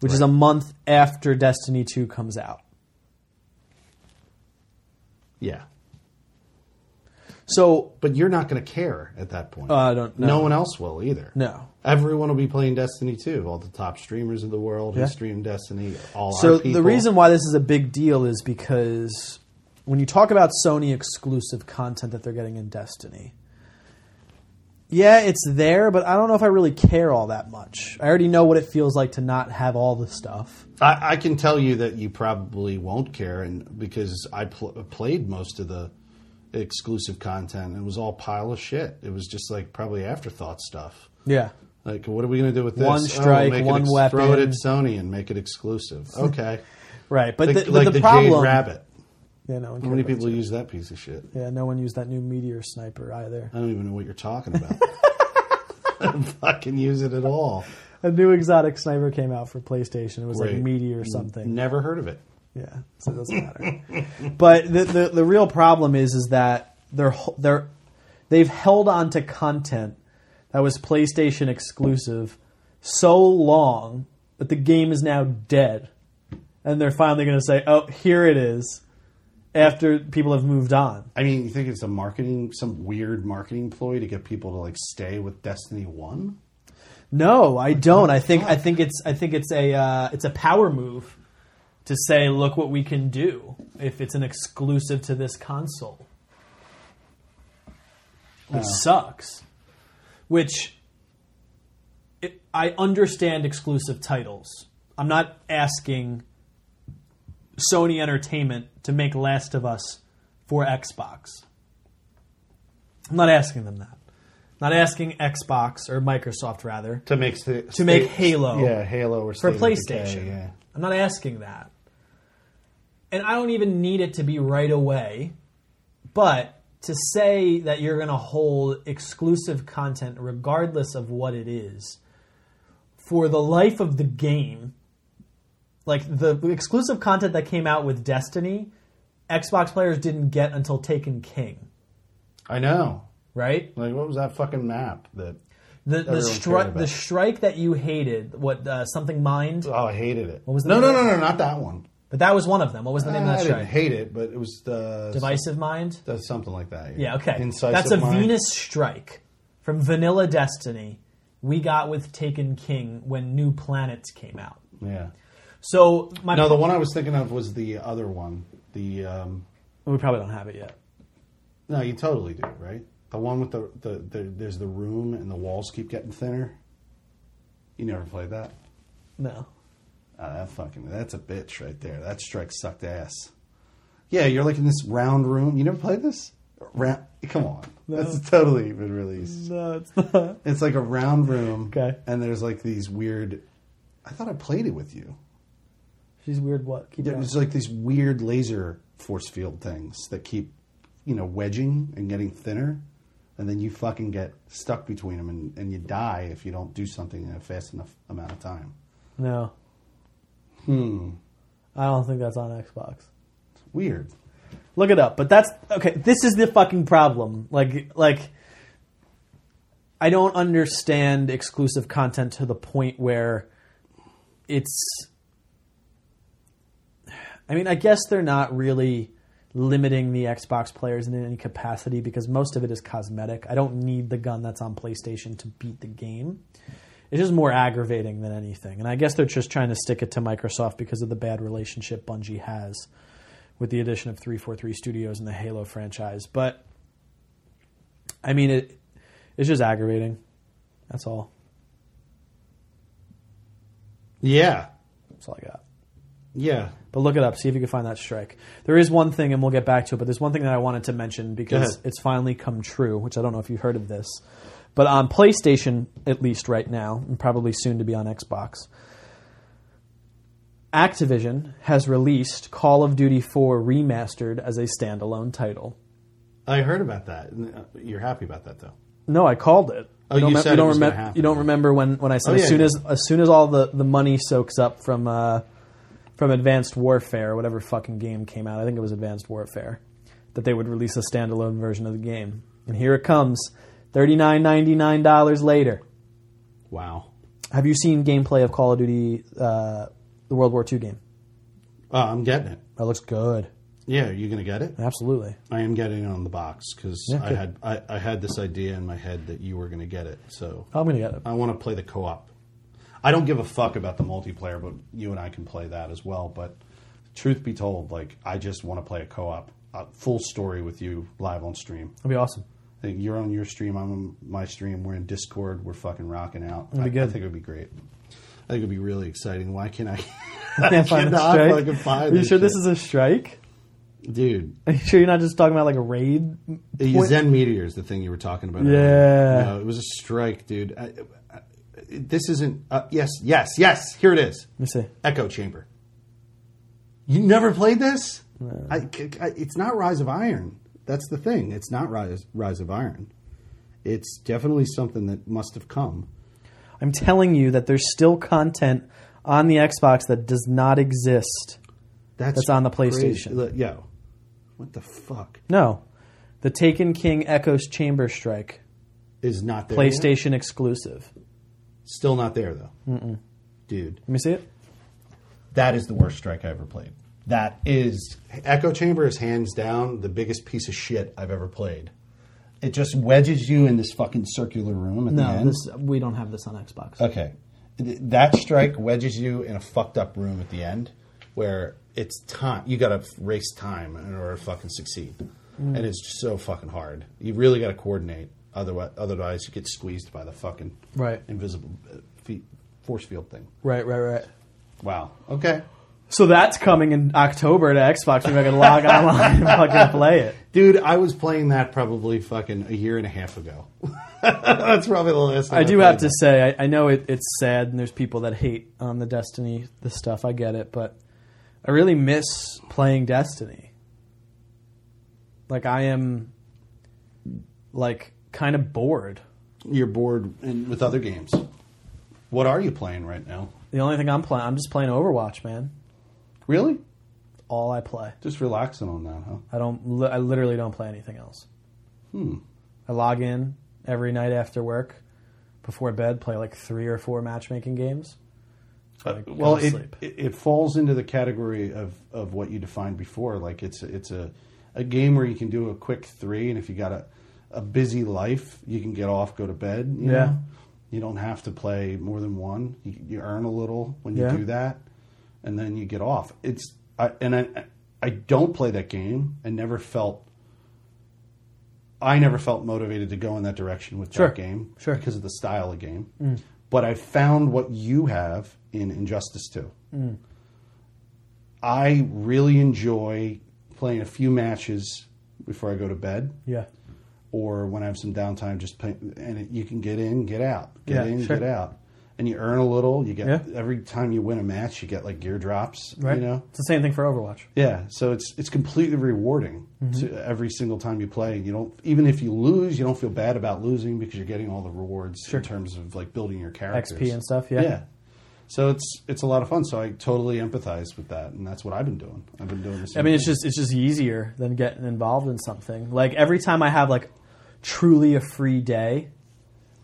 Speaker 2: which is a month after Destiny 2 comes out.
Speaker 1: Yeah.
Speaker 2: So,
Speaker 1: But you're not going to care at that point.
Speaker 2: Uh, I don't know.
Speaker 1: No one else will either.
Speaker 2: No.
Speaker 1: Everyone will be playing Destiny 2. All the top streamers in the world
Speaker 2: Yeah.
Speaker 1: who stream Destiny, all
Speaker 2: so
Speaker 1: our people.
Speaker 2: the reason why this is a big deal is because when you talk about Sony exclusive content that they're getting in Destiny, yeah, it's there, but I don't know if I really care all that much. I already know what it feels like to not have all the stuff.
Speaker 1: I, I can tell you that you probably won't care, and because I pl- played most of the exclusive content, it was all pile of shit. It was just like probably afterthought stuff.
Speaker 2: Yeah.
Speaker 1: Like, what are we going to do with this?
Speaker 2: One
Speaker 1: Oh,
Speaker 2: strike,
Speaker 1: make it
Speaker 2: one
Speaker 1: ex-
Speaker 2: weapon.
Speaker 1: Throw it at Sony and make it exclusive. Okay,
Speaker 2: Right, but
Speaker 1: like,
Speaker 2: the, but
Speaker 1: like
Speaker 2: the,
Speaker 1: the,
Speaker 2: problem,
Speaker 1: Jade Rabbit.
Speaker 2: Yeah, no one
Speaker 1: How many
Speaker 2: cared about
Speaker 1: people use that piece of shit?
Speaker 2: that. Yeah, no one used that new meteor sniper either.
Speaker 1: I don't even know what you're talking about. I don't fucking use it at all.
Speaker 2: a new exotic sniper came out for PlayStation. It was like
Speaker 1: Right.
Speaker 2: Meteor or something.
Speaker 1: Never heard of it.
Speaker 2: Yeah, so it doesn't matter. but the, the the real problem is is that they're h- they're they've held on to content that was PlayStation exclusive so long that the game is now dead, and they're finally going to say, "Oh, here it is," after people have moved on.
Speaker 1: I mean, you think it's a marketing, some weird marketing ploy to get people to like stay with Destiny One?
Speaker 2: No, I don't. I think I think it's I think it's a uh, it's a power move to say, look what we can do if it's an exclusive to this console, which sucks. Which it, I understand exclusive titles. I'm not asking Sony Entertainment to make Last of Us for Xbox. I'm not asking them that. Not asking Xbox or Microsoft rather
Speaker 1: to make to
Speaker 2: make Halo.
Speaker 1: Yeah, Halo or
Speaker 2: for
Speaker 1: State of Decay,
Speaker 2: PlayStation.
Speaker 1: yeah.
Speaker 2: I'm not asking that. And I don't even need it to be right away. But to say that you're going to hold exclusive content, regardless of what it is, for the life of the game, like the exclusive content that came out with Destiny, Xbox players didn't get until Taken King,
Speaker 1: I know.
Speaker 2: right?
Speaker 1: Like, what was that fucking map that?
Speaker 2: The, the,
Speaker 1: Everyone cared
Speaker 2: stri-
Speaker 1: about
Speaker 2: the
Speaker 1: it.
Speaker 2: strike that you hated, what, uh, something mind?
Speaker 1: Oh, I hated it. What
Speaker 2: was the
Speaker 1: no,
Speaker 2: name
Speaker 1: no,
Speaker 2: of
Speaker 1: no, no, not that one.
Speaker 2: But that was one of them. What was the name
Speaker 1: Uh, I
Speaker 2: of that
Speaker 1: didn't
Speaker 2: strike?
Speaker 1: hate it, but it was the
Speaker 2: Divisive Mind?
Speaker 1: so- something like that.
Speaker 2: Yeah, okay.
Speaker 1: Incisive
Speaker 2: That's a
Speaker 1: Mind.
Speaker 2: Venus strike from Vanilla Destiny we got with Taken King when New Planets came out.
Speaker 1: Yeah.
Speaker 2: So my
Speaker 1: No, the one I was thinking of was the other one. The um,
Speaker 2: we probably don't have it yet.
Speaker 1: no, you totally do, right? The one with the, the, the there's the room and the walls keep getting thinner. You never played that?
Speaker 3: No.
Speaker 1: Ah, that fucking that's a bitch right there. That strike sucked ass. Yeah, you're like in this round room. You never played this? Round? Come on, that's totally been released.
Speaker 3: No, it's not.
Speaker 1: It's like a round room.
Speaker 3: Okay.
Speaker 1: And there's like these weird. I thought I played it with you.
Speaker 3: She's weird. What? Keep
Speaker 1: Yeah,
Speaker 3: going.
Speaker 1: It's like these weird laser force field things that keep, you know, wedging and getting thinner, and then you fucking get stuck between them and, and you die if you don't do something in a fast enough amount of time.
Speaker 3: No. Hmm. I don't think that's on Xbox.
Speaker 1: It's weird.
Speaker 3: Look it up. But that's okay. This is the fucking problem. Like, like,
Speaker 2: I don't understand exclusive content to the point where it's. I mean, I guess they're not really limiting the Xbox players in any capacity because most of it is cosmetic. I don't need the gun that's on PlayStation to beat the game. It's just more aggravating than anything. And I guess they're just trying to stick it to Microsoft because of the bad relationship Bungie has with the addition of 343 Studios and the Halo franchise. But I mean, it it's just aggravating. That's all.
Speaker 1: Yeah.
Speaker 2: That's all I got.
Speaker 1: Yeah.
Speaker 2: But look it up. See if you can find that strike. There is one thing, and we'll get back to it. But there's one thing that I wanted to mention because
Speaker 1: ahead.
Speaker 2: it's finally come true. Which I don't know if you've heard of this, but on PlayStation, at least right now, and probably soon to be on Xbox, Activision has released Call of Duty 4 remastered as a standalone title.
Speaker 1: I heard about that. You're happy about that though.
Speaker 2: No, I called it.
Speaker 1: Oh, you said it was gonna
Speaker 2: remem-
Speaker 1: happen.
Speaker 2: You don't remember when, when I said
Speaker 1: Oh,
Speaker 2: as
Speaker 1: yeah,
Speaker 2: soon
Speaker 1: yeah.
Speaker 2: as as soon as all the, the money soaks up from uh, from Advanced Warfare, whatever fucking game came out. I think it was Advanced Warfare that they would release a standalone version of the game. And here it comes, thirty nine ninety nine dollars later.
Speaker 1: Wow.
Speaker 2: Have you seen gameplay of Call of Duty, uh, the World War II game?
Speaker 1: Uh, I'm getting it.
Speaker 2: That looks good.
Speaker 1: Yeah, are you gonna get it?
Speaker 2: Absolutely.
Speaker 1: I am getting it on the box because
Speaker 2: Yeah,
Speaker 1: I
Speaker 2: good.
Speaker 1: had I, I had this idea in my head that you were gonna get it. So
Speaker 2: Oh, I'm gonna get it.
Speaker 1: I want to play the co-op. I don't give a fuck about the multiplayer, but you and I can play that as well. But truth be told, like I just want to play a co-op, a full story with you live on stream.
Speaker 2: It'll be awesome.
Speaker 1: I think you're on your stream, I'm on my stream. We're in Discord. We're fucking rocking out. I,
Speaker 2: be good.
Speaker 1: I think it would be great. I think it would be really exciting. Why can't I?
Speaker 2: Can't find a
Speaker 1: cannot
Speaker 2: strike.
Speaker 1: fucking find
Speaker 2: Are you
Speaker 1: this
Speaker 2: sure this
Speaker 1: shit.
Speaker 2: is a strike?
Speaker 1: dude.
Speaker 2: Are you sure you're not just talking about like a raid?
Speaker 1: The Zen Meteor is the thing you were talking about. earlier.
Speaker 2: Yeah.
Speaker 1: no, it was a strike, dude. I, I, this isn't. Uh, yes, yes, yes. Here it is.
Speaker 2: Let me see.
Speaker 1: Echo Chamber. You never played this? I, I- it's not Rise of Iron. That's the thing. It's not Rise, Rise of Iron. It's definitely something that must have come.
Speaker 2: I'm telling you that there's still content on the Xbox that does not exist.
Speaker 1: That's,
Speaker 2: That's on the
Speaker 1: crazy.
Speaker 2: PlayStation.
Speaker 1: Look, Yo, what the fuck
Speaker 2: No. The Taken King Echoes Chamber Strike,
Speaker 1: is not there? yet?
Speaker 2: PlayStation exclusive.
Speaker 1: Still not there though. Dude,
Speaker 2: Let me see it.
Speaker 1: that is the worst strike I ever played. That is Echo Chamber is hands down the biggest piece of shit I've ever played. It just wedges you in this fucking circular room at the end.
Speaker 2: we don't have this on Xbox.
Speaker 1: Okay. Th- That strike wedges you in a fucked up room at the end where it's time. You got to race time in order to fucking succeed.
Speaker 2: Mm.
Speaker 1: And it's just so fucking hard. You really got to coordinate. Otherwise, otherwise, you get squeezed by the fucking
Speaker 2: Right.
Speaker 1: invisible uh, fe- force field thing.
Speaker 2: Right, right, right.
Speaker 1: Wow. Okay.
Speaker 2: So that's coming in October to Xbox. We're going to log online and fucking play it.
Speaker 1: Dude, I was playing that probably fucking a year and a half ago. That's probably the last time
Speaker 2: I do have to
Speaker 1: played
Speaker 2: say, I, I know it, it's sad, and there's people that hate um, the Destiny the stuff. I get it, but I really miss playing Destiny. Like I am, like kind of bored.
Speaker 1: that. You're bored and with other games. What are you playing right now?
Speaker 2: The only thing I'm playing, I'm just playing Overwatch, man.
Speaker 1: Really?
Speaker 2: All I play.
Speaker 1: Just relaxing on that, huh?
Speaker 2: I don't. li- I literally don't play anything else. Hmm. I log in every night after work, before bed, play like three or four matchmaking games. Like, go
Speaker 1: well,
Speaker 2: to
Speaker 1: it,
Speaker 2: sleep.
Speaker 1: it it falls into the category of, of what you defined before. Like it's it's a a game where you can do a quick three, and if you got a, a busy life, you can get off, go to bed. You
Speaker 2: Yeah.
Speaker 1: know? you don't have to play more than one. You, you earn a little when you
Speaker 2: Yeah.
Speaker 1: do that, and then you get off. It's I, and I I don't play that game and never felt I never felt motivated to go in that direction with
Speaker 2: Sure.
Speaker 1: that game
Speaker 2: Sure. Mm.
Speaker 1: because of the style of game. But I found what you have in Injustice 2.
Speaker 2: Mm.
Speaker 1: I really enjoy playing a few matches before I go to bed
Speaker 2: Yeah.
Speaker 1: or when I have some downtime, just play, and it, you can get in, get out, get
Speaker 2: Yeah,
Speaker 1: in,
Speaker 2: sure.
Speaker 1: get out, and you earn a little. You get
Speaker 2: Yeah.
Speaker 1: every time you win a match, you get like gear drops,
Speaker 2: Right.
Speaker 1: you know.
Speaker 2: It's the same thing for Overwatch.
Speaker 1: Yeah, so it's it's completely rewarding
Speaker 2: Mm-hmm.
Speaker 1: to every single time you play. You don't even if you lose, you don't feel bad about losing because you're getting all the rewards in terms of like building your characters,
Speaker 2: XP and stuff. Yeah.
Speaker 1: Yeah. So it's it's a lot of fun. So I totally empathize with that, and that's what I've been doing. I've been doing this.
Speaker 2: I mean, it's just it's just easier than getting involved in something. Like every time I have like truly a free day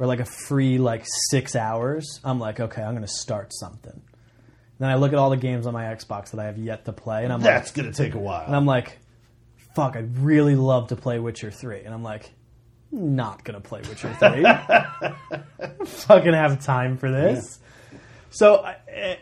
Speaker 2: or like a free like six hours, I'm like, okay, I'm gonna start something. Then I look at all the games on my Xbox that I have yet to play, and I'm like,
Speaker 1: that's gonna take a while.
Speaker 2: and I'm like, fuck, I'd really love to play Witcher three, and I'm like, not gonna play Witcher three. Fucking have time for this. So, I- eh,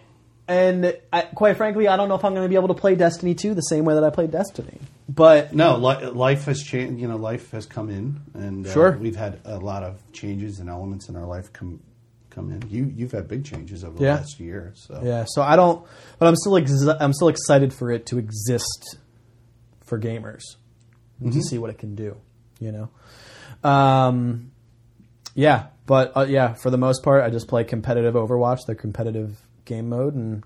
Speaker 2: and I, quite frankly, I don't know if I'm gonna be able to play Destiny two the same way that I played Destiny. But
Speaker 1: No, li- life has changed. You know, life has come in, and uh,
Speaker 2: Sure.
Speaker 1: we've had a lot of changes and elements in our life come come in. You you've had big changes over the
Speaker 2: Yeah.
Speaker 1: last year, so
Speaker 2: yeah, so I don't, but I'm still ex- I'm still excited for it to exist for gamers to see what it can do. You know, um, yeah, but uh, yeah, for the most part, I just play competitive Overwatch, the competitive game mode, and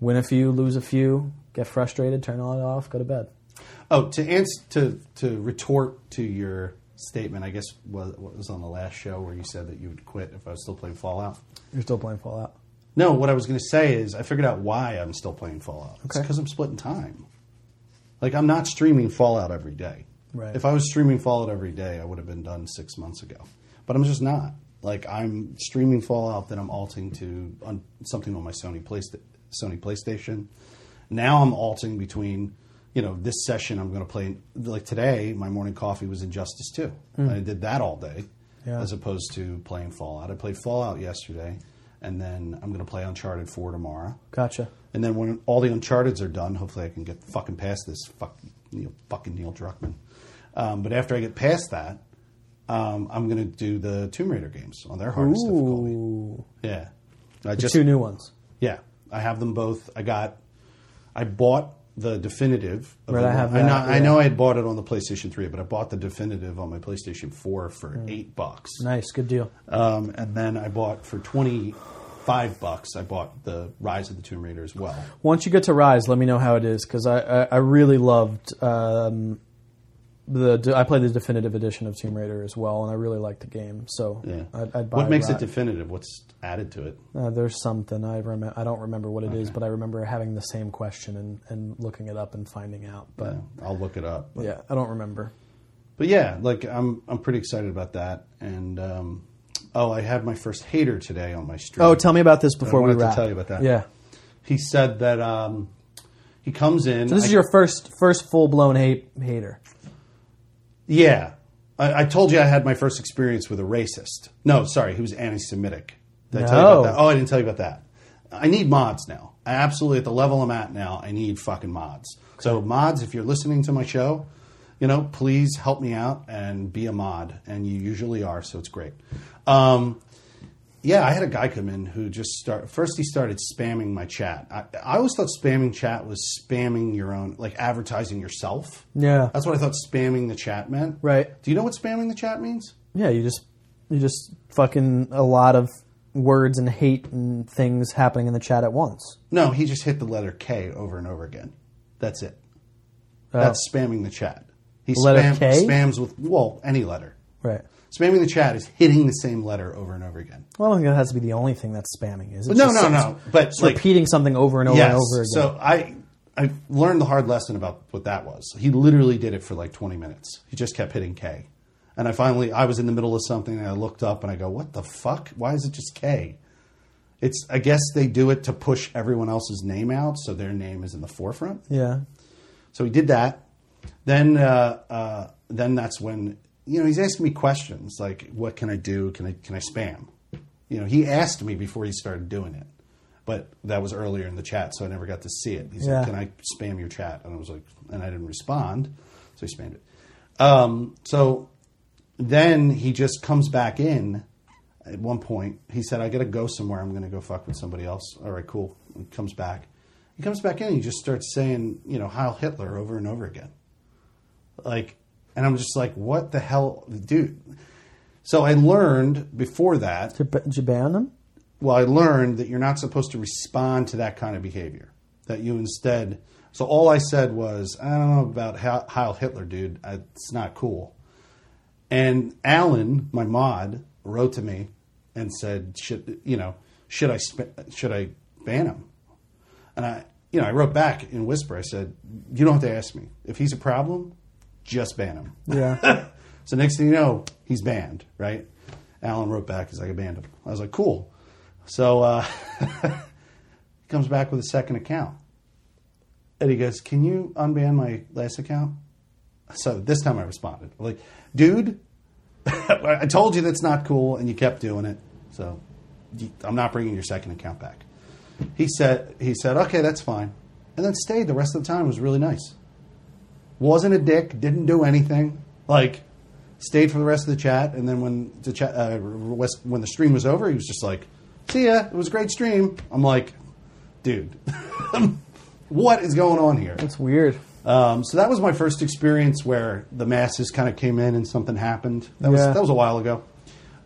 Speaker 2: win a few, lose a few, get frustrated, turn it off, go to bed.
Speaker 1: Oh, to answer to to retort to your statement, I guess was what was on the last show where you said that you would quit if I was still playing Fallout.
Speaker 2: You're still playing Fallout.
Speaker 1: No, what I was going to say is I figured out why I'm still playing Fallout. It's
Speaker 2: Okay.
Speaker 1: because I'm splitting time. Like I'm not streaming Fallout every day.
Speaker 2: Right.
Speaker 1: If I was streaming Fallout every day, I would have been done six months ago. But I'm just not. Like I'm streaming Fallout, then I'm alting to on something on my Sony Playsta- Sony PlayStation. Now I'm alting between, you know, this session I'm going to play. Like today, my morning coffee was Injustice Two. I did that all day,
Speaker 2: Hmm. Yeah.
Speaker 1: as opposed to playing Fallout. I played Fallout yesterday, and then I'm going to play Uncharted Four tomorrow.
Speaker 2: Gotcha.
Speaker 1: And then when all the Uncharted's are done, hopefully I can get fucking past this fuck, Neil, fucking Neil Druckmann. Um, but after I get past that, um, I'm going to do the Tomb Raider games on their hardest difficulty.
Speaker 2: Ooh,
Speaker 1: Yeah. I
Speaker 2: the
Speaker 1: just,
Speaker 2: two new ones.
Speaker 1: yeah, I have them both. I got, I bought the definitive. Of
Speaker 2: Right,
Speaker 1: the
Speaker 2: I
Speaker 1: one-
Speaker 2: have
Speaker 1: know,
Speaker 2: that,
Speaker 1: I know
Speaker 2: yeah.
Speaker 1: I had bought it on the PlayStation 3, but I bought the definitive on my PlayStation 4 for
Speaker 2: Hmm.
Speaker 1: eight bucks.
Speaker 2: Nice, good deal.
Speaker 1: Um, and then I bought for 25 bucks, I bought the Rise of the Tomb Raider as well.
Speaker 2: Once you get to Rise, let me know how it is because I, I, I really loved um, the I played the definitive edition of Tomb Raider as well, and I really liked the game. So
Speaker 1: Yeah.
Speaker 2: I'd, I'd buy.
Speaker 1: what makes
Speaker 2: Rise.
Speaker 1: it definitive? What's added to it?
Speaker 2: Uh, there's something I remember. I don't remember what it is, but I remember having the same question and, and looking it up and finding out. But
Speaker 1: I'll look it up. But
Speaker 2: yeah, I don't remember.
Speaker 1: but yeah, like I'm I'm pretty excited about that. And um, oh, I had my first hater today on my stream.
Speaker 2: Oh, tell me about this before we
Speaker 1: wanted to
Speaker 2: wrap.
Speaker 1: tell you about that.
Speaker 2: Yeah,
Speaker 1: he said that um, he comes in.
Speaker 2: this is
Speaker 1: I-
Speaker 2: your first first full blown hate hater.
Speaker 1: yeah. I, I told you I had my first experience with a racist. No, sorry, he was anti-Semitic. Did I tell you
Speaker 2: No.
Speaker 1: about that? Oh, I didn't tell you about that. I need mods now. I absolutely at the level I'm at now. I need fucking mods. So mods, if you're listening to my show, you know, please help me out and be a mod. And you usually are, so it's great. Um, yeah, I had a guy come in who just start. First, he started spamming my chat. I, I always thought spamming chat was spamming your own, like advertising yourself.
Speaker 2: Yeah.
Speaker 1: that's what I thought spamming the chat meant.
Speaker 2: Right.
Speaker 1: Do you know what spamming the chat means?
Speaker 2: Yeah, you just you just fucking a lot of words and hate and things happening in the chat at once.
Speaker 1: No, he just hit the letter K over and over again. That's it. That's spamming the chat. He
Speaker 2: Oh. Letter
Speaker 1: spam,
Speaker 2: K?
Speaker 1: spams with well any letter.
Speaker 2: Right.
Speaker 1: Spamming the chat is hitting the same letter over and over again.
Speaker 2: Well, I don't think that has to be the only thing that's spamming, is it?
Speaker 1: No,
Speaker 2: Just
Speaker 1: no,
Speaker 2: some-
Speaker 1: no. But
Speaker 2: It's
Speaker 1: like,
Speaker 2: repeating something over and over
Speaker 1: yes.
Speaker 2: and over again.
Speaker 1: So I I learned the hard lesson about what that was. He literally did it for like 20 minutes. He just kept hitting K. And I finally I was in the middle of something and I looked up and I go, "What the fuck? Why is it just K?" It's I guess they do it to push everyone else's name out so their name is in the forefront.
Speaker 2: yeah.
Speaker 1: So he did that. Then, uh, uh, then that's when you know he's asking me questions like, "What can I do? Can I can I spam?" You know, he asked me before he started doing it, but that was earlier in the chat, so I never got to see it. He said,
Speaker 2: Yeah.
Speaker 1: "Can I spam your chat?" And I was like, and I didn't respond, so he spammed it. Um, so then he just comes back in at one point. He said, I got to go somewhere. I'm going to go fuck with somebody else. All right, cool. And comes back. He comes back in and he just starts saying, you know, Heil Hitler over and over again. Like, and I'm just like, what the hell, dude? So I learned before that,
Speaker 2: Did you ban them?
Speaker 1: well, I learned that you're not supposed to respond to that kind of behavior. That you instead, so all I said was, I don't know about Heil Heil Hitler, dude. I- It's not cool. And Alan, my mod, wrote to me and said, "Should you know? Should I sp- should I ban him?" And I, you know, I wrote back in whisper. I said, "You don't have to ask me. If he's a problem, just ban him."
Speaker 2: Yeah.
Speaker 1: So next thing you know, he's banned, right? Alan wrote back, he's like, I banned him. I was like, cool. So uh, he comes back with a second account. And he goes, Can you unban my last account? So this time I responded, like, dude, I told you that's not cool, and you kept doing it. So you- I'm not bringing your second account back. He said, he said, okay, that's fine. And then stayed the rest of the time. It was really nice wasn't a dick, didn't do anything. Like, stayed for the rest of the chat, and then when the chat, uh, West, when the stream was over, he was just like, "See ya, it was a great stream." I'm like, dude, what is going on here?
Speaker 2: That's weird.
Speaker 1: Um, so that was my first experience where the masses kind of came in and something happened. That was
Speaker 2: Yeah.
Speaker 1: that was a while ago.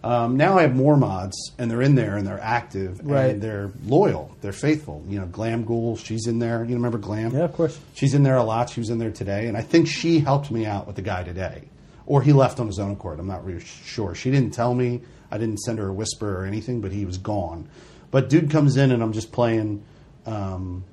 Speaker 1: Um, now I have more mods, and they're in there, and they're active,
Speaker 2: Right.
Speaker 1: and they're loyal, they're faithful. You know, Glam Ghoul, she's in there. You remember Glam?
Speaker 2: Yeah, of course.
Speaker 1: She's in there a lot. She was in there today, and I think she helped me out with the guy today, or he left on his own accord. I'm not really sure. She didn't tell me. I didn't send her a whisper or anything, but he was gone. But dude comes in, and I'm just playing. Um,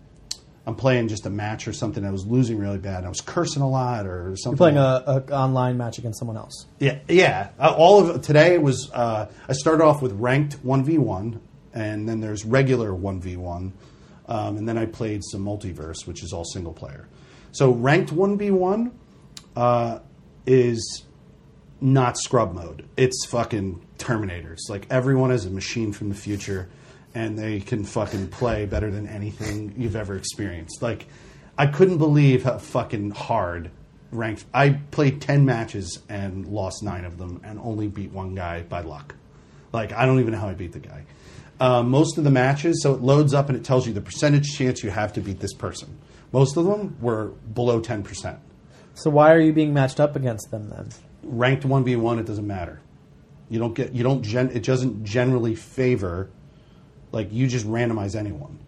Speaker 1: I'm playing just a match or something. I was losing really bad. I was cursing a lot or something.
Speaker 2: Playing a, a online match against someone else.
Speaker 1: Yeah, yeah. Uh, all of today was uh, I started off with ranked one v one, and then there's regular one v one, um, and then I played some multiverse, which is all single player. So ranked one v one uh, is not scrub mode. It's fucking Terminators. Like everyone is a machine from the future, and they can fucking play better than anything you've ever experienced. Like I couldn't believe how fucking hard ranked. I played ten matches and lost nine of them, and only beat one guy by luck. Like I don't even know how I beat the guy. Uh, most of the matches, so it loads up and it tells you the percentage chance you have to beat this person. Most of them were below ten percent.
Speaker 2: So why are you being matched up against them then?
Speaker 1: ranked one v one, it doesn't matter. You don't get you don't gen, it doesn't generally favor like you just randomize anyone.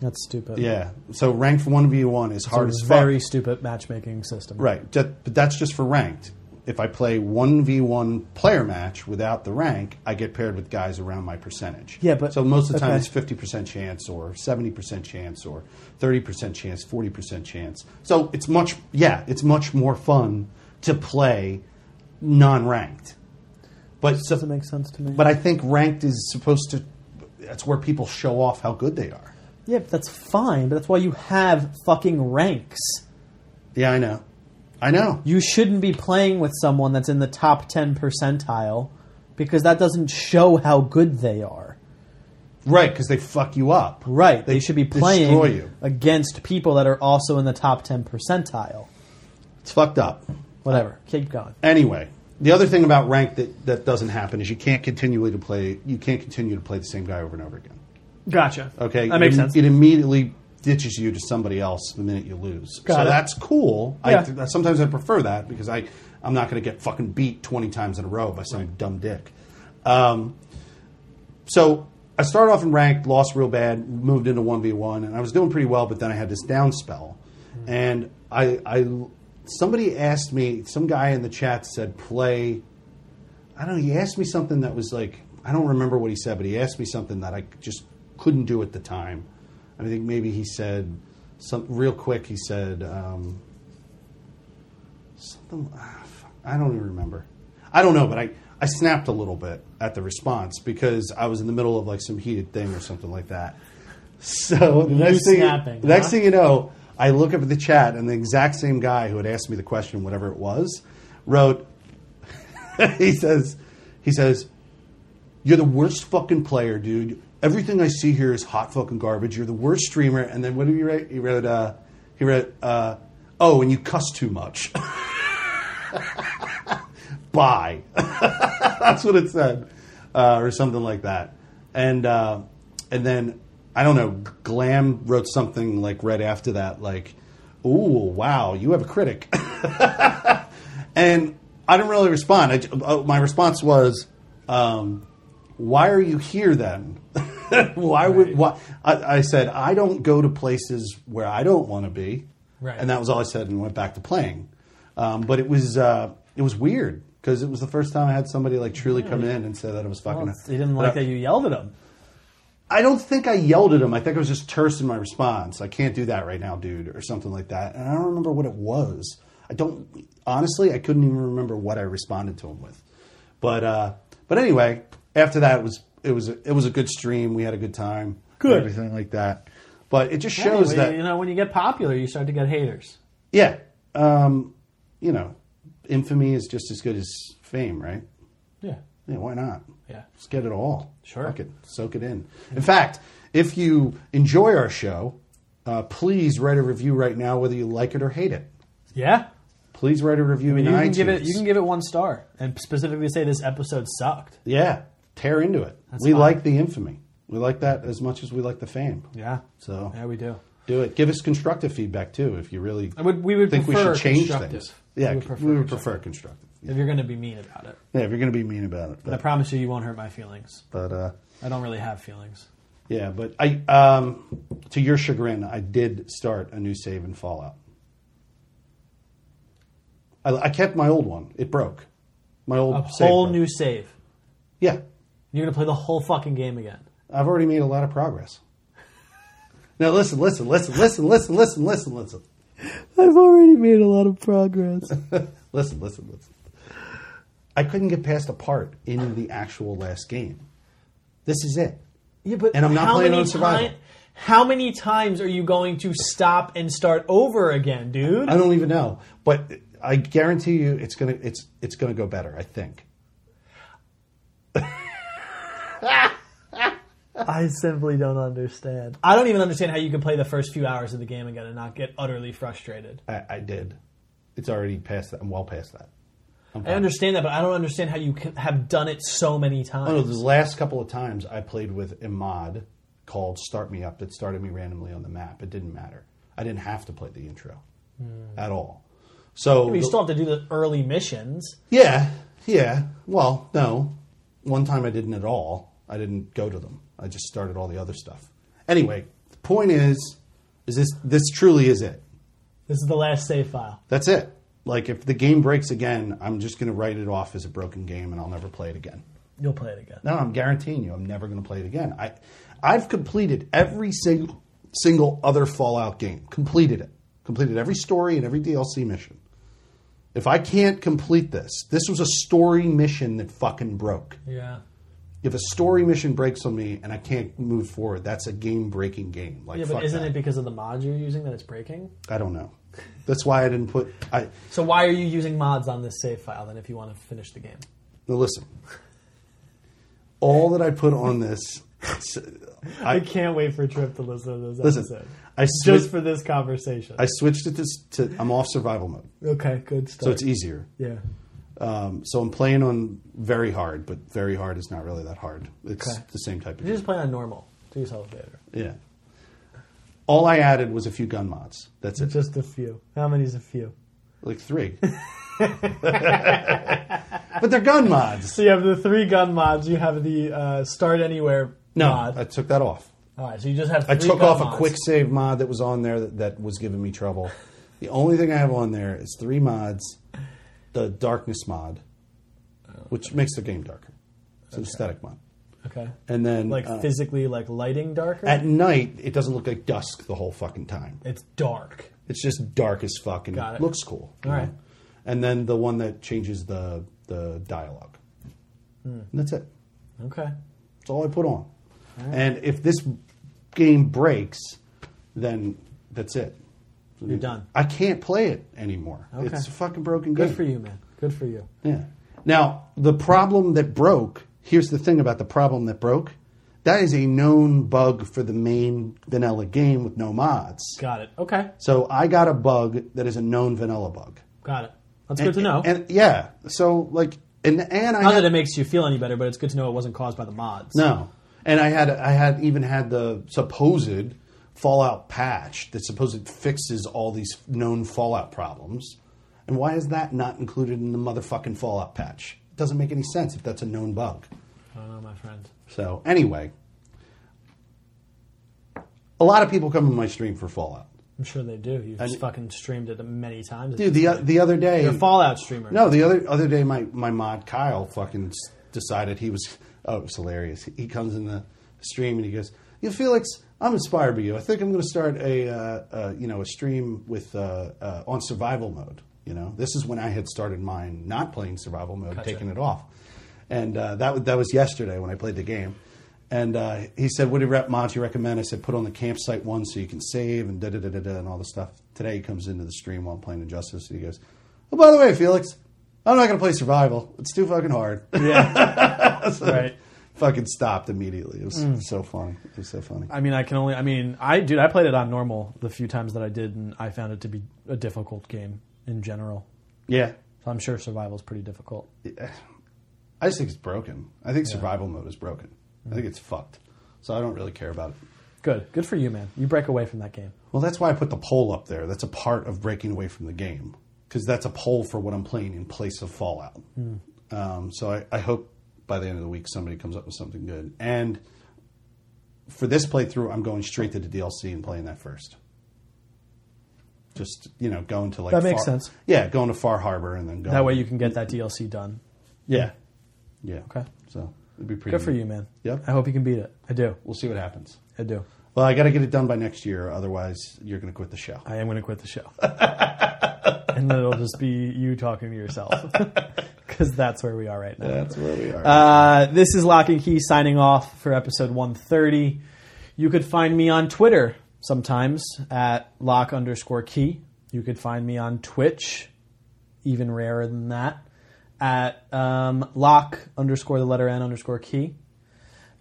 Speaker 2: That's stupid.
Speaker 1: Yeah, so ranked one v one is hard
Speaker 2: It's
Speaker 1: as
Speaker 2: a
Speaker 1: fuck.
Speaker 2: very stupid matchmaking system.
Speaker 1: Right, That- but that's just for ranked. If I play one v one player match without the rank, I get paired with guys around my percentage.
Speaker 2: Yeah, but-
Speaker 1: so most of the time
Speaker 2: okay.
Speaker 1: it's fifty percent chance, or seventy percent chance, or thirty percent chance, forty percent chance. So it's much, yeah, it's much more fun to play non-ranked. But so,
Speaker 2: Doesn't make sense to me.
Speaker 1: but I think ranked is supposed to. That's where people show off how good they are.
Speaker 2: yeah, but that's fine. But that's why you have fucking ranks.
Speaker 1: Yeah, I know. I know.
Speaker 2: You shouldn't be playing with someone that's in the top ten percentile because that doesn't show how good they are.
Speaker 1: Right, because they fuck you up.
Speaker 2: Right. They, should be
Speaker 1: destroy
Speaker 2: playing
Speaker 1: you.
Speaker 2: against people that are also in the top 10 percentile.
Speaker 1: It's fucked up.
Speaker 2: Whatever. Keep going.
Speaker 1: Anyway, the other thing about ranked that, that doesn't happen is you can't continually to play. You can't continue to play the same guy over and over again.
Speaker 2: Gotcha.
Speaker 1: Okay,
Speaker 2: That makes
Speaker 1: it,
Speaker 2: sense.
Speaker 1: It immediately ditches you to somebody else the minute you lose. so
Speaker 2: Got it.
Speaker 1: that's cool.
Speaker 2: Yeah.
Speaker 1: I, sometimes I prefer that because I I'm not going to get fucking beat 20 times in a row by some dumb dick. Um, so I started off in ranked, lost real bad, moved into one v one, and I was doing pretty well. But then I had this down spell, and I, I somebody asked me, some guy in the chat said, "Play." I don't know. He asked me something that was like I don't remember what he said, but he asked me something that I just couldn't do at the time. And I think maybe he said some real quick. He said um, something. ah, fuck, I don't even remember. I don't know, but I I snapped a little bit at the response because I was in the middle of like some heated thing or something like that. So the next thing,
Speaker 3: snapping,
Speaker 1: the next
Speaker 3: huh?
Speaker 1: thing you know, I look up at the chat and the exact same guy who had asked me the question, whatever it was, wrote he says, he says, you're the worst fucking player, dude. Everything I see here is hot fucking garbage. You're the worst streamer. And then what did he write? He wrote, uh, he wrote, uh, oh, and you cuss too much. buy. That's what it said, uh, or something like that. And uh, and then I don't know. Glam wrote something like right after that, like, "Ooh, wow, you have a critic." and I didn't really respond. I j uh, my response was, um, "Why are you here then? why would why?" I, I said, "I don't go to places where I don't want to be,"
Speaker 2: Right.
Speaker 1: and that was all I said, and went back to playing. Um, but it was uh, it was weird because it was the first time I had somebody like truly come in and say that it was fucking.
Speaker 4: Well, he didn't like
Speaker 1: But I-
Speaker 4: that you yelled at him.
Speaker 1: I don't think I yelled at him. I think I was just terse in my response. I can't do that right now, dude, or something like that. And I don't remember what it was. I don't honestly. I couldn't even remember what I responded to him with. But uh, but anyway, after that it was it was it was a good stream. We had a good time.
Speaker 4: Good.
Speaker 1: everything like that. But it just shows
Speaker 2: Anyway,
Speaker 1: that
Speaker 2: you know when you get popular, you start to get haters.
Speaker 1: yeah, um, you know, infamy is just as good as fame, right?
Speaker 2: Yeah,
Speaker 1: Yeah, why not?
Speaker 2: yeah.
Speaker 1: Just get it all.
Speaker 2: Sure.
Speaker 1: Fuck it. Soak it in. In fact, if you enjoy our show, uh, please write a review right now, whether you like it or hate it.
Speaker 2: Yeah.
Speaker 1: Please write a review
Speaker 4: You
Speaker 1: in
Speaker 4: can
Speaker 1: iTunes.
Speaker 4: give it. You can give it one star.
Speaker 2: And specifically say this episode sucked.
Speaker 1: yeah, tear into it. we
Speaker 2: fine.
Speaker 1: like the infamy. We like that as much as we like the fame.
Speaker 2: Yeah.
Speaker 1: So
Speaker 2: Yeah, we do.
Speaker 1: do it. Give us constructive feedback too, if you really
Speaker 2: I would we would
Speaker 1: think we
Speaker 2: prefer
Speaker 1: should change
Speaker 2: constructive.
Speaker 1: things. Yeah,
Speaker 2: we would prefer, constructive.
Speaker 1: constructive. Yeah.
Speaker 2: if you're going to be mean about it.
Speaker 1: Yeah, if you're going to be mean about it,
Speaker 2: But I
Speaker 1: but,
Speaker 2: promise you, you won't hurt my feelings.
Speaker 1: but uh,
Speaker 2: I don't really have feelings.
Speaker 1: yeah, but I, um, to your chagrin, I did start a new save in Fallout. I, I kept my old one. It broke. My old
Speaker 2: A
Speaker 1: save
Speaker 2: whole
Speaker 1: broke.
Speaker 2: new save.
Speaker 1: Yeah,
Speaker 2: You're going to play the whole fucking game again.
Speaker 1: I've already made a lot of progress. Now listen, listen, listen, listen, listen, listen, listen, listen,
Speaker 4: I've already made a lot of progress.
Speaker 1: listen, listen, listen. I couldn't get past a part in the actual last game. This is it.
Speaker 2: Yeah, but
Speaker 1: And I'm not
Speaker 2: how
Speaker 1: playing
Speaker 2: many
Speaker 1: on survival.
Speaker 2: ti- how many times are you going to stop and start over again, dude?
Speaker 1: I don't even know, but I guarantee you, it's gonna, it's, it's gonna go better. I think.
Speaker 2: I simply don't understand. I don't even understand how you can play the first few hours of the game again and not get utterly frustrated.
Speaker 1: I, I did. It's already past that. I'm well past that. I'm
Speaker 2: I
Speaker 1: fine.
Speaker 2: understand that, but I don't understand how you can have done it so many times.
Speaker 1: Oh, the last couple of times I played with a mod called Start Me Up that started me randomly on the map. It didn't matter. I didn't have to play the intro at all. So
Speaker 2: Hmm. you still have to do the early missions.
Speaker 1: yeah, yeah. Well, no. One time I didn't at all. I didn't go to them. I just started all the other stuff. Anyway, the point is, is this this truly is it?
Speaker 2: This is the last save file.
Speaker 1: That's it. Like if the game breaks again, I'm just going to write it off as a broken game and I'll never play it again.
Speaker 2: You'll play it again.
Speaker 1: No, I'm guaranteeing you, I'm never going to play it again. I, I've completed every single single other Fallout game. Completed it. Completed every story and every DLC mission. If I can't complete this, this was a story mission that fucking broke.
Speaker 2: Yeah.
Speaker 1: If a story mission breaks on me and I can't move forward, that's a game breaking game. Like,
Speaker 2: Yeah,
Speaker 1: fuck
Speaker 2: but isn't
Speaker 1: that.
Speaker 2: it because of the mods you're using that it's breaking?
Speaker 1: I don't know. That's why I didn't put. I
Speaker 2: So why are you using mods on this save file then if you want to finish the game?
Speaker 1: now listen. All that I put on this,
Speaker 2: I can't wait for Trip to listen to this
Speaker 1: listen.
Speaker 2: episode.
Speaker 1: I
Speaker 2: Just
Speaker 1: switched,
Speaker 2: for this conversation.
Speaker 1: I switched it to, to. I'm off survival mode.
Speaker 2: okay, good stuff.
Speaker 1: so it's easier.
Speaker 2: yeah.
Speaker 1: Um, so I'm playing on very hard, but very hard is not really that hard. It's
Speaker 2: Okay.
Speaker 1: the same type of
Speaker 2: You just play on normal. Do yourself a favor.
Speaker 1: yeah. All I added was a few gun mods. That's it,
Speaker 2: Just a few. How many's a few?
Speaker 1: like three. but they're gun mods.
Speaker 2: So you have the three gun mods. You have the uh, start anywhere
Speaker 1: No,
Speaker 2: mod.
Speaker 1: I took that off.
Speaker 2: All right, so you just have. Three
Speaker 1: I took
Speaker 2: gun
Speaker 1: off
Speaker 2: mods.
Speaker 1: a quick save mod that was on there that, that was giving me trouble. The only thing I have on there is three mods, the darkness mod, which makes the game darker. It's an aesthetic mod,
Speaker 2: Okay.
Speaker 1: and then
Speaker 2: Like
Speaker 1: uh,
Speaker 2: physically, like lighting darker.
Speaker 1: at night it doesn't look like dusk the whole fucking time.
Speaker 2: it's dark.
Speaker 1: It's just dark as fuck and
Speaker 2: Got it.
Speaker 1: looks cool. you
Speaker 2: All
Speaker 1: know?
Speaker 2: right.
Speaker 1: And then the one that changes the the dialogue.
Speaker 2: Hmm.
Speaker 1: And that's it.
Speaker 2: Okay.
Speaker 1: That's all I put on. And if this game breaks, then that's it. Mm-hmm.
Speaker 2: You're done.
Speaker 1: I can't play it anymore.
Speaker 2: Okay.
Speaker 1: It's a fucking broken game.
Speaker 2: Good for you, man. Good for you.
Speaker 1: Yeah. Now, the problem that broke, here's the thing about the problem that broke. That is a known bug for the main vanilla game with no mods.
Speaker 2: Got it. Okay.
Speaker 1: So I got a bug that is a known vanilla bug.
Speaker 2: Got it.
Speaker 3: That's good to know.
Speaker 1: And yeah, so like, and and I
Speaker 3: Not
Speaker 1: had,
Speaker 3: that it makes you feel any better, but it's good to know it wasn't caused by the mods.
Speaker 1: no, and I had I had even had the supposed Fallout patch that supposed fixes all these known Fallout problems. And why is that not included in the motherfucking Fallout patch? It doesn't make any sense if that's a known bug.
Speaker 3: I
Speaker 2: Oh,
Speaker 3: don't know, my friend.
Speaker 1: So anyway, a lot of people come to my stream for Fallout.
Speaker 3: I'm sure they do. You've fucking streamed it many times.
Speaker 1: Dude, the the other day,
Speaker 3: You're a Fallout streamer.
Speaker 1: No, the other other day, my, my mod Kyle fucking s- decided he was. Oh, it was hilarious. He comes in the stream and he goes, "You Felix, I'm inspired by you. I think I'm going to start a uh, uh, you know a stream with uh, uh, on survival mode. You know, this is when I had started mine, not playing survival mode, taking it off, and uh, that wa- that was yesterday when I played the game." And uh, he said, "What do you rep mods you recommend?" I said, "Put on the campsite one so you can save and da da da da da and all this stuff." Today he comes into the stream while I'm playing Injustice and he goes, "Oh, by the way, Felix, I'm not going to play survival. It's too fucking hard."
Speaker 2: right.
Speaker 1: fucking stopped immediately. It was so funny. It was so funny.
Speaker 2: I mean, I can only. I mean, I dude, I played it on normal the few times that I did, and I found it to be a difficult game in general.
Speaker 1: yeah,
Speaker 2: So I'm sure survival is pretty difficult.
Speaker 1: I just think it's broken. I think survival mode is broken. I think it's fucked. So I don't really care about it.
Speaker 2: Good, good for you, man. You break away from that game.
Speaker 1: Well, that's why I put the poll up there. That's a part of breaking away from the game because that's a poll for what I'm playing in place of Fallout.
Speaker 2: Hmm.
Speaker 1: Um, so I, I hope by the end of the week somebody comes up with something good. And for this playthrough, I'm going straight to the DLC and playing that first. Just you know, going to like
Speaker 2: That makes
Speaker 1: Far-
Speaker 2: sense.
Speaker 1: Yeah, going to Far Harbor and then going
Speaker 2: That way, you can get that DLC done.
Speaker 1: yeah yeah
Speaker 2: Okay.
Speaker 1: So it'd be pretty
Speaker 2: Good for you, man.
Speaker 1: Yep.
Speaker 2: I hope you can beat it. I do.
Speaker 1: We'll see what happens.
Speaker 2: I do.
Speaker 1: Well, I got to get it done by next year, otherwise you're going to quit the show.
Speaker 2: I am going to quit the show. and then it'll just be you talking to yourself. Because that's where we are right now.
Speaker 1: That's where we are.
Speaker 2: Uh, this is Lock and Key signing off for episode 130. You could find me on Twitter sometimes at lock underscore key. You could find me on Twitch, even rarer than that, at um, lock underscore the letter n underscore key.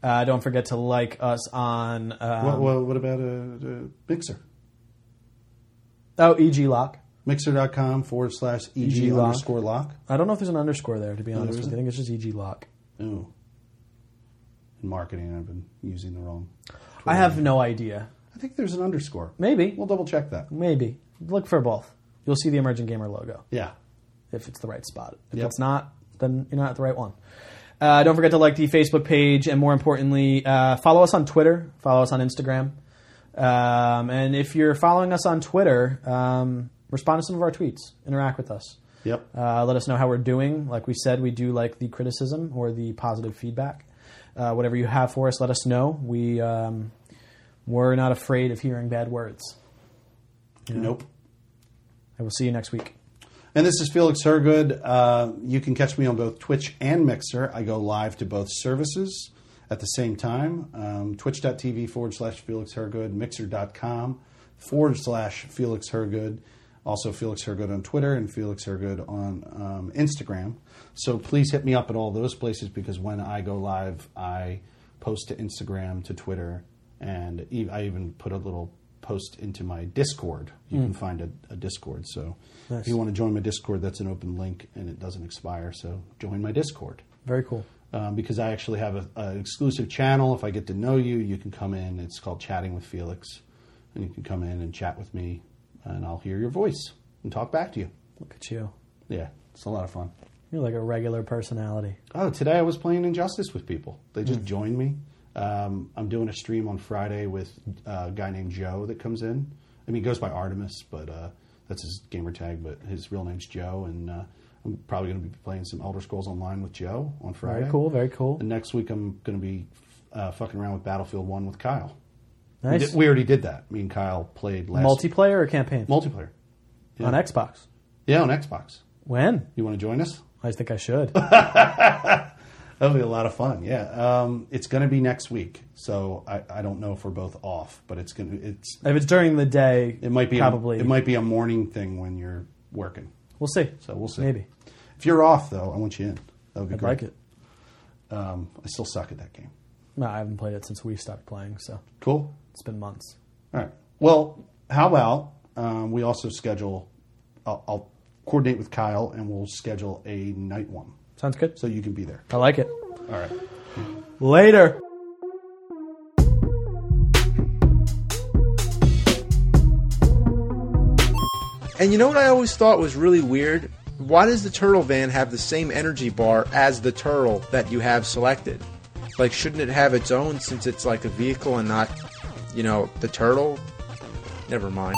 Speaker 2: Uh, don't forget to like us on um,
Speaker 1: What, what, what about a, Mixer?
Speaker 2: oh eg lock.
Speaker 1: Mixer.com forward slash EG
Speaker 2: EG E lock.
Speaker 1: underscore lock.
Speaker 2: I don't know if there's an underscore there to be honest with
Speaker 1: isn't.
Speaker 2: you. I think it's just eg lock.
Speaker 1: Ooh. In marketing, I've been using the wrong.
Speaker 2: I have no idea.
Speaker 1: I think there's an underscore.
Speaker 2: Maybe
Speaker 1: We'll double check that.
Speaker 2: maybe look for both. You'll see the emerging gamer logo.
Speaker 1: Yeah.
Speaker 2: if it's the right spot. If
Speaker 1: Yep.
Speaker 2: it's not, then you're not at the right one. Uh, don't forget to like the Facebook page, and more importantly, uh, follow us on Twitter, follow us on Instagram. Um, and if you're following us on Twitter, um, respond to some of our tweets, interact with us.
Speaker 1: Yep.
Speaker 2: Uh, let us know how we're doing. Like we said, we do like the criticism or the positive feedback. Uh, whatever you have for us, let us know. We, um, we're not afraid of hearing bad words.
Speaker 1: Nope.
Speaker 2: I will see you next week.
Speaker 1: And this is Felix Hergood. Uh, you can catch me on both Twitch and Mixer. I go live to both services at the same time. Um, Twitch.tv forward slash Felix Hergood, Mixer.com forward slash Felix Hergood. Also, Felix Hergood on Twitter and Felix Hergood on um, Instagram. So please hit me up at all those places because when I go live, I post to Instagram, to Twitter, and e- I even put a little post into my Discord. You can find a, a Discord. So if you want to join my Discord, that's an open link and it doesn't expire. So join my Discord
Speaker 2: Very cool.
Speaker 1: um, because I actually have a- an exclusive channel. If I get to know you, you can come in. It's called Chatting with Felix, and you can come in and chat with me, and I'll hear your voice and talk back to you.
Speaker 2: Look at you.
Speaker 1: Yeah, it's a lot of fun.
Speaker 2: You're like a regular personality.
Speaker 1: Oh, today I was playing Injustice with people. They
Speaker 2: Hmm.
Speaker 1: just joined me. Um, I'm doing a stream on Friday with uh, a guy named Joe that comes in. I mean, he goes by Artemis, but uh, that's his gamer tag, but his real name's Joe. And uh, I'm probably going to be playing some Elder Scrolls Online with Joe on Friday.
Speaker 2: Very cool. Very cool.
Speaker 1: And next week I'm going to be uh, fucking around with Battlefield 1 with Kyle. We,
Speaker 2: Nice.
Speaker 1: did- we already did that. Me and Kyle played last
Speaker 2: Multiplayer or campaign?
Speaker 1: multiplayer. Yeah.
Speaker 2: On Xbox.
Speaker 1: Yeah, on Xbox.
Speaker 2: When?
Speaker 1: You want to join us?
Speaker 2: I think I should.
Speaker 1: That'll be a lot of fun. Yeah, um, it's going to be next week, so I, I don't know if we're both off, but it's going to it's
Speaker 2: if it's during the day,
Speaker 1: it might be
Speaker 2: probably.
Speaker 1: a, it might be a morning thing when you're working.
Speaker 2: We'll see.
Speaker 1: So we'll see.
Speaker 2: Maybe.
Speaker 1: If you're off though, I want you in. That would be
Speaker 2: I'd
Speaker 1: great.
Speaker 2: like it.
Speaker 1: Um, I still suck at that game.
Speaker 2: No, I haven't played it since we stopped playing, so
Speaker 1: Cool.
Speaker 2: it's been months.
Speaker 1: All right. Well, how about um, we also schedule? I'll, I'll coordinate with Kyle and we'll schedule a night one
Speaker 2: Sounds good.
Speaker 1: so you can be there.
Speaker 2: I like it.
Speaker 1: All right.
Speaker 2: Later.
Speaker 5: And you know what I always thought was really weird? Why does the turtle van have the same energy bar as the turtle that you have selected? Like, shouldn't it have its own since it's like a vehicle and not, you know, the turtle? Never mind.